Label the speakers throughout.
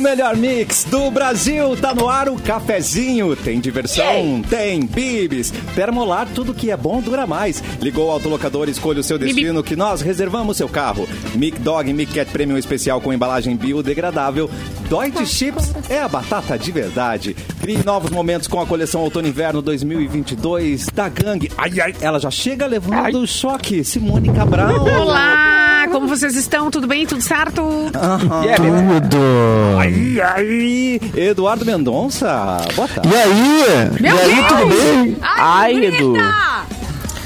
Speaker 1: melhor mix do Brasil. Tá no ar o cafezinho. Tem diversão, tem bibis. Termolar, tudo que é bom dura mais. Ligou o autolocador, escolha o seu destino que nós reservamos seu carro. Mic Dog Mic Cat Premium especial com embalagem biodegradável. Deutsche Chips é a batata de verdade. Crie novos momentos com a coleção Outono e Inverno 2022 da Gangue. Ai, ai, ela já chega levando o choque. Simone Cabral.
Speaker 2: Olá, como vocês estão? Tudo bem? Tudo certo?
Speaker 3: É,
Speaker 4: Tudo.
Speaker 1: Ai, ai, Eduardo Mendonça, boa tarde.
Speaker 4: E aí?
Speaker 2: Meu
Speaker 4: e aí,
Speaker 2: Deus!
Speaker 4: tudo bem?
Speaker 2: Ai,
Speaker 3: Ai, Edu.
Speaker 2: bonita!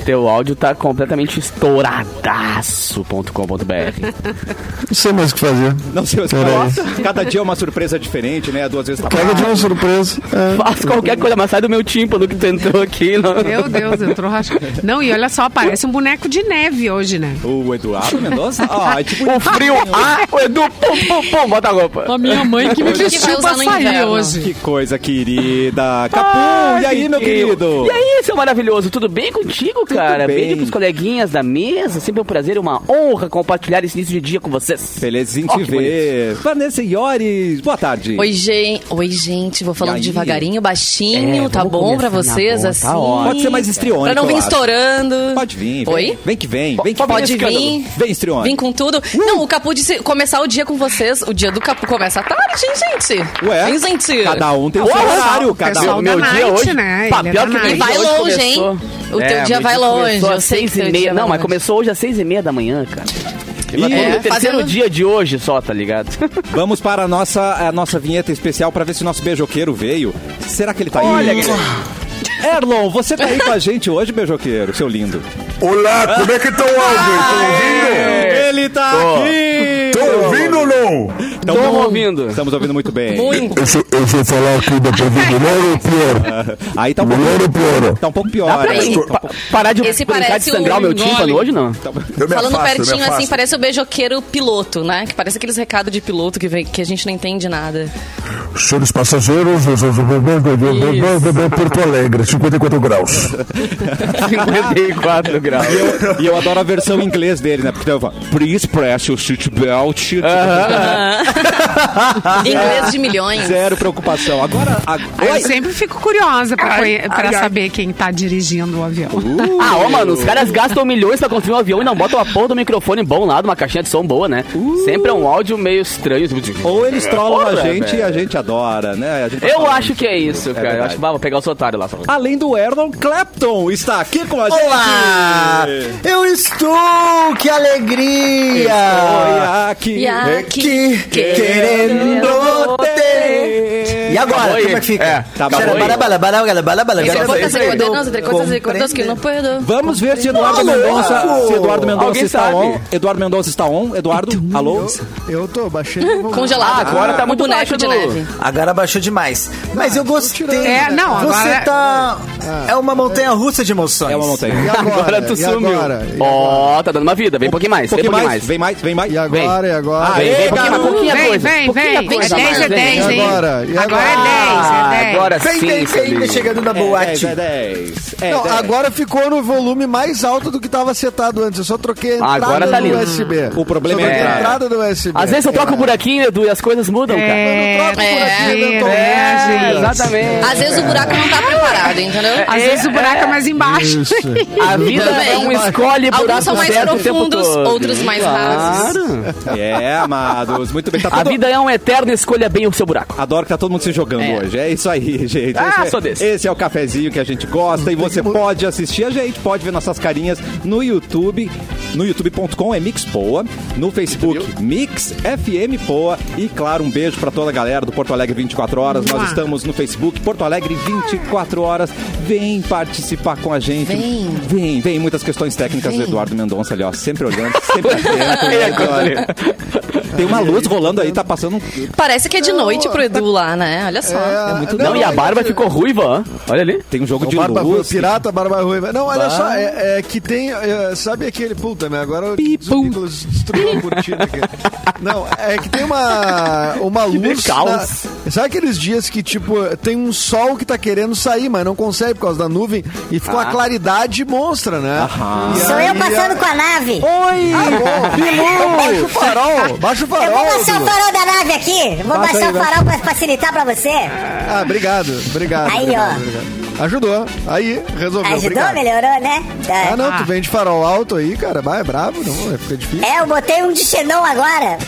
Speaker 3: Teu áudio tá completamente estouradaço.com.br.
Speaker 4: Não sei mais o que fazer.
Speaker 1: Não sei você
Speaker 4: Peraí.
Speaker 1: fala. Cada dia é uma surpresa diferente, né? Duas vezes tá
Speaker 4: Pega de uma surpresa. É.
Speaker 3: Faço qualquer coisa, mas sai do meu tímpano que tu entrou aqui. Não.
Speaker 2: Meu Deus, entrou rachado. Não, e olha só, parece um boneco de neve hoje, né?
Speaker 1: O Eduardo Mendonça? Ó, é tipo.
Speaker 3: O frio. Ah, o Edu, pum, pum, pum, bota a roupa.
Speaker 2: A minha mãe que me
Speaker 5: Hoje que
Speaker 2: vestiu pra
Speaker 5: vai usar no
Speaker 2: sair
Speaker 5: inverno.
Speaker 2: hoje.
Speaker 1: Que coisa querida. Capu,
Speaker 3: Ai,
Speaker 1: e aí, meu querido?
Speaker 3: E aí, seu maravilhoso, tudo bem contigo, cara?
Speaker 1: bem.
Speaker 3: Beijo pros coleguinhas da mesa, sempre é um prazer e uma honra compartilhar esse início de dia com vocês.
Speaker 1: Belezinho
Speaker 3: Ó,
Speaker 1: te
Speaker 3: que
Speaker 1: ver. Vanessa Iores, boa tarde.
Speaker 5: Oi, gente. Oi, gente. Vou
Speaker 1: E
Speaker 5: falando
Speaker 1: aí?
Speaker 5: devagarinho, baixinho.
Speaker 3: É,
Speaker 5: tá
Speaker 3: vamos
Speaker 5: bom pra
Speaker 3: começar na
Speaker 5: vocês,
Speaker 3: boa,
Speaker 5: assim?
Speaker 3: tá ótimo.
Speaker 1: Pode ser mais estriônico.
Speaker 5: Pra não vir
Speaker 1: eu acho.
Speaker 5: estourando.
Speaker 1: Pode vir. Vem,
Speaker 5: Oi?
Speaker 1: Vem que vem. Vem que
Speaker 5: Pode
Speaker 1: vem.
Speaker 5: vir.
Speaker 1: Vem, estriônico.
Speaker 5: Vim com tudo. Não, o Capu disse começar o dia com vocês. O dia do Capu começa à tarde, hein, gente?
Speaker 1: Ué,
Speaker 5: Hein, gente?
Speaker 1: cada um tem o seu
Speaker 3: Uau,
Speaker 1: horário.
Speaker 3: uau,
Speaker 1: Cada
Speaker 2: pessoal
Speaker 1: um.
Speaker 2: da night, né? Ele
Speaker 3: Pá,
Speaker 2: é
Speaker 3: pior
Speaker 2: da
Speaker 3: que o
Speaker 2: night.
Speaker 3: meu dia
Speaker 5: Tá. Vai
Speaker 3: hoje
Speaker 5: longe, hein?
Speaker 3: começou- É,
Speaker 5: O teu dia
Speaker 3: meu
Speaker 5: vai longe,
Speaker 3: começou
Speaker 5: eu
Speaker 3: às
Speaker 5: sei que
Speaker 3: seis
Speaker 5: teu
Speaker 3: e
Speaker 5: dia
Speaker 3: meia.
Speaker 5: vai
Speaker 3: Não, mas
Speaker 5: longe.
Speaker 3: começou hoje às seis e meia da manhã, cara.
Speaker 1: E
Speaker 3: Mas é, o terceiro
Speaker 5: fazendo-
Speaker 3: dia de hoje só, tá ligado?
Speaker 1: vamos para a nossa, a nossa vinheta especial para ver se o nosso beijoqueiro veio. Será que ele tá aí?
Speaker 3: Olha,
Speaker 1: Erlon, você tá aí com a gente hoje, beijoqueiro, seu lindo.
Speaker 6: Olá, como é que estão, Aldo?
Speaker 3: É.
Speaker 1: Ele tá aqui!
Speaker 6: Estão ouvindo? Estão ouvindo ou não?
Speaker 1: Então,
Speaker 3: Tamo
Speaker 1: vamos-
Speaker 3: ouvindo.
Speaker 1: Estamos ouvindo muito bem.
Speaker 5: Muito.
Speaker 6: Eu sou, eu sou falar aqui da Covid, melhor ou pior?
Speaker 1: Aí tá um pouco,
Speaker 6: Melhor ou pior?
Speaker 1: tá um pouco pior.
Speaker 3: Dá pra
Speaker 1: né?
Speaker 5: Sim.
Speaker 3: eu pa- parar de
Speaker 5: Esse
Speaker 3: brincar de
Speaker 5: parece
Speaker 3: sangrar
Speaker 5: um
Speaker 3: o meu tímpano
Speaker 5: gole.
Speaker 3: hoje, não? Tá
Speaker 6: Eu me
Speaker 5: Falando
Speaker 6: afasto, eu me
Speaker 5: pertinho assim,
Speaker 6: afasto.
Speaker 5: parece o beijoqueiro piloto, né? Que parece aqueles recados de piloto que, vem, que a gente não entende nada.
Speaker 6: Senhores passageiros, eu sou- Porto Alegre, 54 graus.
Speaker 3: 54 graus.
Speaker 1: E eu adoro a versão em inglês dele, né? Porque eu falo, please press your seatbelt.
Speaker 5: Inglês de milhões.
Speaker 1: Zero preocupação. Agora, agora...
Speaker 2: Eu sempre fico curiosa pra, conhe- pra saber quem tá dirigindo o avião.
Speaker 3: Ah, ó, mano, os caras gastam milhões pra construir um avião e não botam a porra do microfone bom lá, de uma caixinha de som boa, né? Sempre é um áudio meio estranho.
Speaker 1: Ou eles trollam a
Speaker 3: Porra,
Speaker 1: gente e
Speaker 3: velho.
Speaker 1: a gente adora, né? A gente tá
Speaker 3: Eu
Speaker 1: falando.
Speaker 3: acho que é isso, cara. eu
Speaker 1: verdade.
Speaker 3: acho que vai, vou pegar o seu otário lá. Só.
Speaker 1: Além do Erlon Clapton, está aqui com a gente.
Speaker 4: Olá! Eu estou! Que alegria!
Speaker 1: Oi, aqui.
Speaker 5: E aqui,
Speaker 4: Aqui, querendo ter. E agora,
Speaker 3: Acabou
Speaker 4: como
Speaker 3: aí.
Speaker 4: é que fica?
Speaker 3: É, tá bom.
Speaker 4: Bala, bala, bala, bala, bala,
Speaker 5: Esse
Speaker 4: bala,
Speaker 5: foi
Speaker 4: bala.
Speaker 5: fazer recordanos, entre coisas recordadas que eu não perdo.
Speaker 1: Vamos ver se Eduardo
Speaker 4: Alô!
Speaker 1: Mendonça, se Eduardo Mendonça
Speaker 3: Alguém
Speaker 1: está
Speaker 3: sabe?
Speaker 1: on. Eduardo Mendonça está on. Eduardo, alô?
Speaker 7: Eu tô baixando. o volume.
Speaker 5: Congelado.
Speaker 3: agora tá
Speaker 5: O
Speaker 3: muito
Speaker 5: boneco
Speaker 3: baixo
Speaker 5: de
Speaker 3: do-
Speaker 5: neve.
Speaker 4: Agora baixou demais. Mas eu gostei.
Speaker 2: É, não,
Speaker 4: Você
Speaker 2: agora-
Speaker 4: tá... É uma montanha russa de emoções.
Speaker 1: É uma montanha.
Speaker 7: E agora,
Speaker 3: Agora tu
Speaker 7: e
Speaker 3: sumiu.
Speaker 7: Agora, e agora,
Speaker 3: Ó, tá dando uma vida. Vem um pouquinho mais. Vem um pouquinho mais.
Speaker 1: Vem mais, vem mais.
Speaker 7: e agora, e agora.
Speaker 1: Aê,
Speaker 3: Vem, vem, um pouquinho mais.
Speaker 1: garoto.
Speaker 3: Pouquinha
Speaker 2: Vem,
Speaker 3: coisa.
Speaker 2: vem,
Speaker 3: pouquinha
Speaker 2: vem.
Speaker 3: coisa
Speaker 2: É 10
Speaker 3: mais,
Speaker 2: é
Speaker 3: vem. Ah,
Speaker 2: 10, hein?
Speaker 7: E agora? E
Speaker 2: Agora é
Speaker 7: agora?
Speaker 2: 10, é 10.
Speaker 3: Agora
Speaker 4: Vem,
Speaker 3: sim,
Speaker 4: vem, vem,
Speaker 3: Felipe.
Speaker 4: chegando na
Speaker 1: É 10,
Speaker 4: boate.
Speaker 1: é 10. É
Speaker 7: Não,
Speaker 1: 10.
Speaker 7: agora ficou no volume mais alto do que tava setado antes. Eu só troquei a entrada
Speaker 3: Agora tá
Speaker 7: do
Speaker 3: lindo.
Speaker 7: USB.
Speaker 1: O problema
Speaker 7: Só troquei
Speaker 3: é a
Speaker 7: a
Speaker 1: entrada.
Speaker 7: entrada do USB.
Speaker 3: Às vezes eu troco o buraquinho, Edu, e as coisas mudam, cara.
Speaker 2: É,
Speaker 7: troco por aqui, né, Tom?
Speaker 2: é, gente.
Speaker 3: exatamente.
Speaker 5: Às vezes o buraco não tá preparado, entendeu?
Speaker 2: Às vezes o buraco é mais embaixo.
Speaker 7: Isso.
Speaker 3: A vida
Speaker 5: Também.
Speaker 3: é um escolhe buraco
Speaker 5: Alguns são mais
Speaker 3: certo o tempo
Speaker 5: profundos,
Speaker 3: todo.
Speaker 5: outros mais rasos.
Speaker 3: Claro.
Speaker 1: É, amados. Muito bem. Tá
Speaker 3: A
Speaker 1: todo-
Speaker 3: vida é um eterno escolha bem o seu buraco.
Speaker 1: Adoro que tá todo mundo se jogando
Speaker 3: É.
Speaker 1: hoje. É isso aí, gente.
Speaker 3: Ah,
Speaker 1: esse, é-
Speaker 3: sou desse.
Speaker 1: esse é o cafezinho que a gente gosta e você pode assistir a gente, pode ver nossas carinhas no YouTube, no youtube.com é Mixpoa, no Facebook Mix FM Poa e claro, um beijo pra toda a galera do Porto Alegre 24 horas. Nós
Speaker 2: Mua.
Speaker 1: estamos no Facebook Porto Alegre 24 horas. Vem participar com a gente.
Speaker 5: Vem.
Speaker 1: Vem, vem. muitas questões técnicas do Eduardo Mendonça ali, ó, sempre olhando, sempre atento. Tem uma luz rolando aí, tá passando um
Speaker 5: Parece que é de noite pro Edu lá, né? Olha só.
Speaker 7: É.
Speaker 1: muito
Speaker 3: É Não, e a barba ficou ruiva, ó. Olha ali.
Speaker 1: Tem um jogo
Speaker 7: O
Speaker 1: de
Speaker 7: barba Ruiva,
Speaker 1: luz.
Speaker 7: pirata, barba ruiva. Não, olha
Speaker 1: Bah.
Speaker 7: só, é, é que tem. é, sabe aquele. pô, também. Agora o
Speaker 2: Pipum.
Speaker 7: Nicolas destruiu a cortina aqui. Não, é que tem uma, uma luz. Na,
Speaker 3: caos.
Speaker 7: sabe aqueles dias que, tipo, tem um sol que tá querendo sair, mas não consegue por causa da nuvem e fica uma claridade monstra, né? E
Speaker 8: Sou
Speaker 7: aí
Speaker 8: eu passando com a nave.
Speaker 7: Oi! Bilu! Então Baixa o farol! Baixa o
Speaker 8: Eu vou
Speaker 7: farol!
Speaker 8: baixar o
Speaker 7: Bilu.
Speaker 8: farol da nave aqui. Vou
Speaker 7: Baixa
Speaker 8: baixar
Speaker 7: aí,
Speaker 8: o farol pra facilitar pra você.
Speaker 7: Ah, obrigado, obrigado.
Speaker 8: Aí,
Speaker 7: obrigado,
Speaker 8: ó.
Speaker 7: obrigado. Ajudou. Aí, resolveu.
Speaker 8: Ajudou,
Speaker 7: obrigado.
Speaker 8: melhorou, né? Tá.
Speaker 7: Ah, não,
Speaker 2: Ah.
Speaker 7: tu vem de farol alto aí, cara. Bah, é brabo, não, é- fica difícil.
Speaker 8: É, eu botei um de Xenon agora.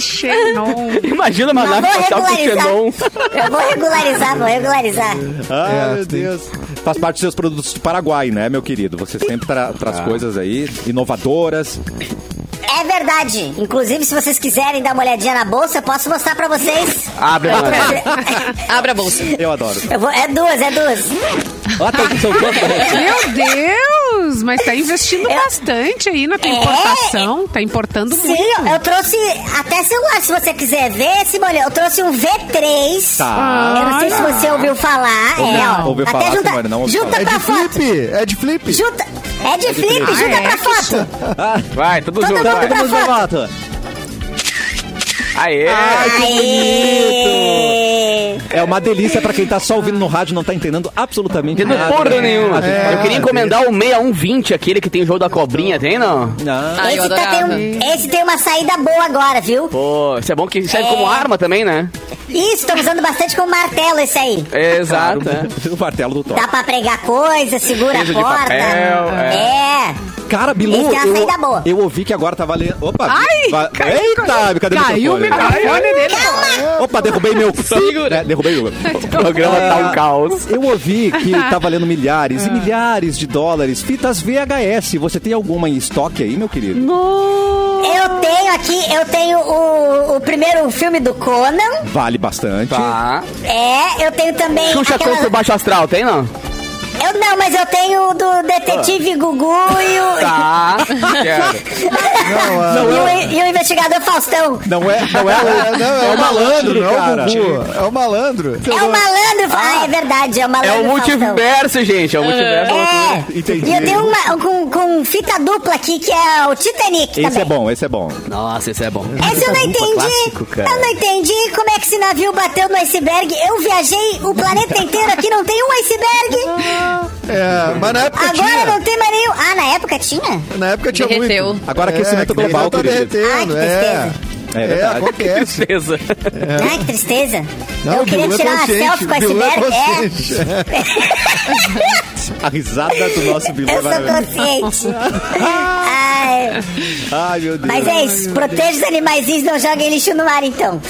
Speaker 2: Xenon.
Speaker 3: Imagina uma
Speaker 8: Mas
Speaker 3: nave
Speaker 8: vou
Speaker 3: espacial com
Speaker 8: regularizar.
Speaker 3: xenon.
Speaker 8: Eu vou regularizar, vou regularizar.
Speaker 1: Ah,
Speaker 7: É,
Speaker 1: meu
Speaker 7: tem-
Speaker 1: Deus. Faz parte dos seus produtos do Paraguai, né, meu querido? Você sempre tra- traz coisas aí inovadoras.
Speaker 8: É verdade. Inclusive, se vocês quiserem dar uma olhadinha na bolsa, eu posso mostrar pra vocês.
Speaker 3: Abre a nave.
Speaker 5: Abre a bolsa.
Speaker 1: Eu adoro.
Speaker 8: Eu vou- é duas, é duas.
Speaker 3: Ó, tá são quantas?
Speaker 2: Meu Deus! Mas tá investindo bastante aí na tua importação. Tá importando muito.
Speaker 8: Sim, eu trouxe até celular, se você quiser ver, Simone. Eu trouxe um V3.
Speaker 1: Tá.
Speaker 8: Eu não sei se você ouviu falar.
Speaker 1: Ouvi-
Speaker 8: é, ó.
Speaker 1: ouviu
Speaker 8: até
Speaker 1: falar,
Speaker 8: junta,
Speaker 1: Simone, não ouvi
Speaker 8: junta
Speaker 1: falar.
Speaker 7: É
Speaker 8: pra
Speaker 7: de
Speaker 8: foto.
Speaker 7: flip, é de flip.
Speaker 8: Junta. É de flip,
Speaker 2: Ah,
Speaker 8: junta
Speaker 2: é?
Speaker 8: pra
Speaker 2: Que
Speaker 8: foto.
Speaker 1: Tá
Speaker 3: Vai, tudo
Speaker 8: Todo
Speaker 3: junto,
Speaker 8: mundo
Speaker 3: vai.
Speaker 8: pra
Speaker 1: Vamos
Speaker 8: foto.
Speaker 1: voto.
Speaker 3: Aê!
Speaker 8: Aê!
Speaker 1: É uma delícia pra quem tá só ouvindo no rádio, não tá entendendo absolutamente
Speaker 3: Não
Speaker 1: nada.
Speaker 3: porra nenhuma.
Speaker 7: É.
Speaker 3: eu queria encomendar o 6120, aquele que tem o jogo da cobrinha, tem não?
Speaker 1: Ah,
Speaker 5: Ai, eu
Speaker 8: Esse, tá- tem
Speaker 5: adorava.
Speaker 8: um- esse tem uma saída boa agora, viu?
Speaker 3: Pô, isso é bom que serve como arma também, né?
Speaker 8: Isso, estão usando bastante com martelo esse aí.
Speaker 1: Ah,
Speaker 3: Exato. é.
Speaker 1: o martelo do Thor.
Speaker 8: Dá pra pregar coisa, segura a
Speaker 3: Peso de
Speaker 8: porta.
Speaker 3: papel,
Speaker 8: é.
Speaker 1: Cara, Bilu,
Speaker 8: Esse é a
Speaker 1: eu,
Speaker 8: saída boa.
Speaker 1: eu ouvi que agora tá valendo... Opa!
Speaker 2: Ai!
Speaker 1: va-
Speaker 2: caiu-
Speaker 1: Eita! Cadê
Speaker 2: Caiu o microfone dele.
Speaker 1: Opa, derrubei meu... É, derrubei o...
Speaker 3: O programa tá um caos.
Speaker 1: Eu ouvi que tá valendo milhares e milhares de dólares. Fitas VHS. Você tem alguma em estoque aí, meu querido?
Speaker 8: Eu tenho aqui, eu tenho o, o primeiro filme do Conan.
Speaker 1: Vale bastante.
Speaker 3: Tá.
Speaker 8: É, eu tenho também.
Speaker 3: Xuxa
Speaker 8: aquela-
Speaker 3: contra o Baixo Astral, tem não?
Speaker 8: Eu não, mas eu tenho o do Detetive Gugu e o.
Speaker 3: Ah. Tá. Quero. ah,
Speaker 8: e, o e o investigador Faustão.
Speaker 1: Não é, não é,
Speaker 7: É, não, é,
Speaker 1: É
Speaker 7: o malandro, não é
Speaker 1: cara.
Speaker 7: o Gugu. É o malandro.
Speaker 8: É o malandro. Fa- Ah, é verdade, é o
Speaker 3: É
Speaker 8: malandro.
Speaker 3: o
Speaker 8: Faustão.
Speaker 3: multiverso, gente. É o multiverso.
Speaker 8: É.
Speaker 1: Entendi.
Speaker 8: E eu tenho uma um com, com fita dupla aqui, que é o Titanic
Speaker 1: Esse
Speaker 7: Tá
Speaker 8: também.
Speaker 1: é bom, esse é bom.
Speaker 3: Nossa, isso é bom.
Speaker 8: Essa eu não entendi.
Speaker 3: clássico, cara.
Speaker 8: eu não entendi como é que esse navio bateu no iceberg. Eu viajei o planeta inteiro aqui, não tem um iceberg.
Speaker 7: É, mas na época
Speaker 8: Agora
Speaker 7: tinha.
Speaker 8: não tem mais nenhum. Ah, na época tinha?
Speaker 7: Na época tinha
Speaker 5: Derreteu.
Speaker 7: muito.
Speaker 1: Agora aquecimento
Speaker 7: que nem
Speaker 1: global,
Speaker 7: tá
Speaker 1: querido.
Speaker 7: derretendo,
Speaker 8: Ai, que
Speaker 7: é.
Speaker 1: É
Speaker 7: É,
Speaker 1: verdade.
Speaker 7: acontece.
Speaker 3: Tristeza.
Speaker 8: Ai, que tristeza.
Speaker 7: Não,
Speaker 8: eu queria
Speaker 7: Bilu é
Speaker 8: tirar uma
Speaker 7: consciente,
Speaker 8: selfie com o
Speaker 7: Bilu é
Speaker 8: iceberg.
Speaker 7: consciente.
Speaker 1: A risada do nosso Bilu
Speaker 8: É,
Speaker 1: é
Speaker 8: eu
Speaker 1: maravilhosa.
Speaker 8: sou consciente. Ai,
Speaker 1: Ai, meu Deus.
Speaker 8: mas é isso. Proteja os animaizinhos, não joguem lixo no ar, então.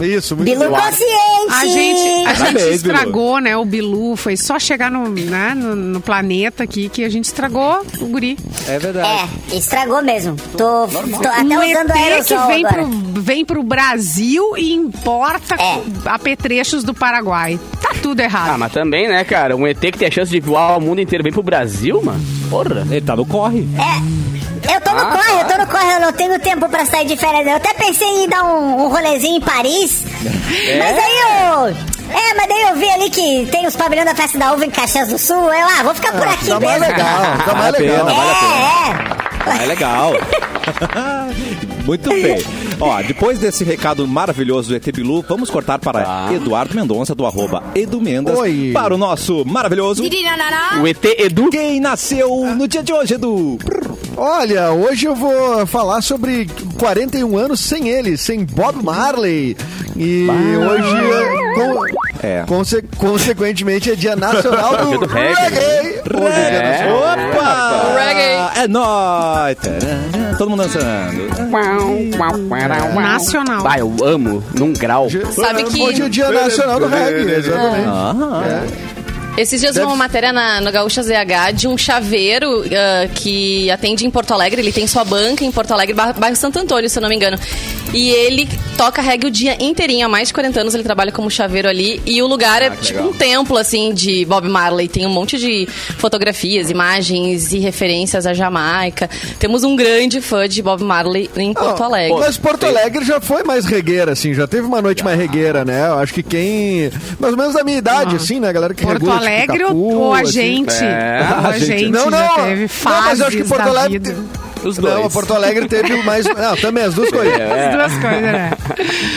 Speaker 7: Isso, muito
Speaker 8: Bilu
Speaker 7: bom.
Speaker 8: consciente.
Speaker 2: A gente,
Speaker 7: Tá
Speaker 2: a gente
Speaker 1: Parabéns, Bilu.
Speaker 2: estragou, né? O Bilu. Foi só chegar no, né, no, no planeta aqui que a gente estragou o guri.
Speaker 1: É verdade.
Speaker 8: É, estragou mesmo. Tô, tô Tá até
Speaker 2: um
Speaker 8: usando
Speaker 2: EP que
Speaker 8: aerosol
Speaker 2: vem
Speaker 8: agora.
Speaker 2: pro, vem pro Brasil e importa
Speaker 8: É.
Speaker 2: apetrechos do Paraguai. Tá tudo
Speaker 3: Ah,
Speaker 2: errado.
Speaker 3: mas também, né, cara? Um ET que tem a chance de voar o mundo inteiro bem pro Brasil, mano. Porra.
Speaker 1: Ele tá no corre.
Speaker 8: É. Eu tô no
Speaker 1: tá.
Speaker 3: Ah,
Speaker 8: corre, eu tô no corre, eu não tenho tempo pra sair de férias. Eu até pensei em dar um, um rolezinho em Paris,
Speaker 1: É?
Speaker 8: mas aí eu... É, mas daí eu vi ali que tem os pavilhões da Festa da Uva em Caxias do Sul. Eu, ah, vou ficar por aqui
Speaker 7: Tá mais
Speaker 8: mesmo.
Speaker 7: legal, tá
Speaker 1: Vale a
Speaker 7: mais legal.
Speaker 1: pena, vale a pena.
Speaker 8: É, é.
Speaker 1: Ah, é legal. Muito bem. Ó, depois desse recado maravilhoso do ET Bilu, vamos cortar para Eduardo Mendonça, do arroba Edu Mendas,
Speaker 7: Tá. Oi.
Speaker 1: para o nosso maravilhoso
Speaker 3: O ET Edu.
Speaker 1: Quem Nasceu no dia de hoje, Edu.
Speaker 7: Olha, hoje eu vou falar sobre 41 anos sem ele, sem Bob Marley. E hoje, é con-
Speaker 1: É.
Speaker 7: conse- consequentemente, é dia nacional do,
Speaker 3: Do reggae, né?
Speaker 7: reggae. Hoje é dia
Speaker 3: É.
Speaker 7: nacional.
Speaker 1: Opa!
Speaker 5: Reggae.
Speaker 1: É nóis! Tarará. Todo mundo dançando.
Speaker 7: É.
Speaker 2: Nacional.
Speaker 3: Vai, eu amo. Num grau.
Speaker 5: Sabe que-
Speaker 7: Hoje é o dia nacional do reggae, exatamente.
Speaker 5: Esses dias vi uma matéria na, no Gaúcha ZH de um chaveiro ah, que atende em Porto Alegre. Ele tem sua banca em Porto Alegre, bar- bairro Santo Antônio, se eu não me engano. E ele toca reggae o dia inteirinho. Há mais de 40 anos ele trabalha como chaveiro ali. E o lugar é
Speaker 1: Ah, que
Speaker 5: tipo
Speaker 1: legal.
Speaker 5: um templo, assim, de Bob Marley. Tem um monte de fotografias, imagens e referências à Jamaica. Temos um grande fã de Bob Marley
Speaker 1: Ah,
Speaker 5: em
Speaker 2: Ah,
Speaker 5: Porto Alegre.
Speaker 7: Mas Porto Alegre já foi mais regueira, assim, já teve uma noite
Speaker 3: Ah.
Speaker 7: mais regueira, né? Eu acho que quem. Mais ou menos da minha idade, assim, né? A galera que
Speaker 2: Ah. Porto
Speaker 7: regula, tipo,
Speaker 2: Alegre ou-
Speaker 7: Itapu,
Speaker 2: ou a
Speaker 7: assim.
Speaker 2: gente?
Speaker 1: É,
Speaker 2: Ou
Speaker 1: a
Speaker 2: a
Speaker 1: gente-
Speaker 2: gente
Speaker 7: Não, não.
Speaker 2: já teve
Speaker 7: não,
Speaker 2: fases
Speaker 7: mas eu acho que Porto
Speaker 2: da
Speaker 7: Alegre.
Speaker 2: vida.
Speaker 7: teve-
Speaker 3: Os
Speaker 7: Não,
Speaker 3: dois.
Speaker 7: Porto Alegre teve mais. Não, também as duas
Speaker 3: É.
Speaker 7: coisas.
Speaker 2: As duas coisas, né?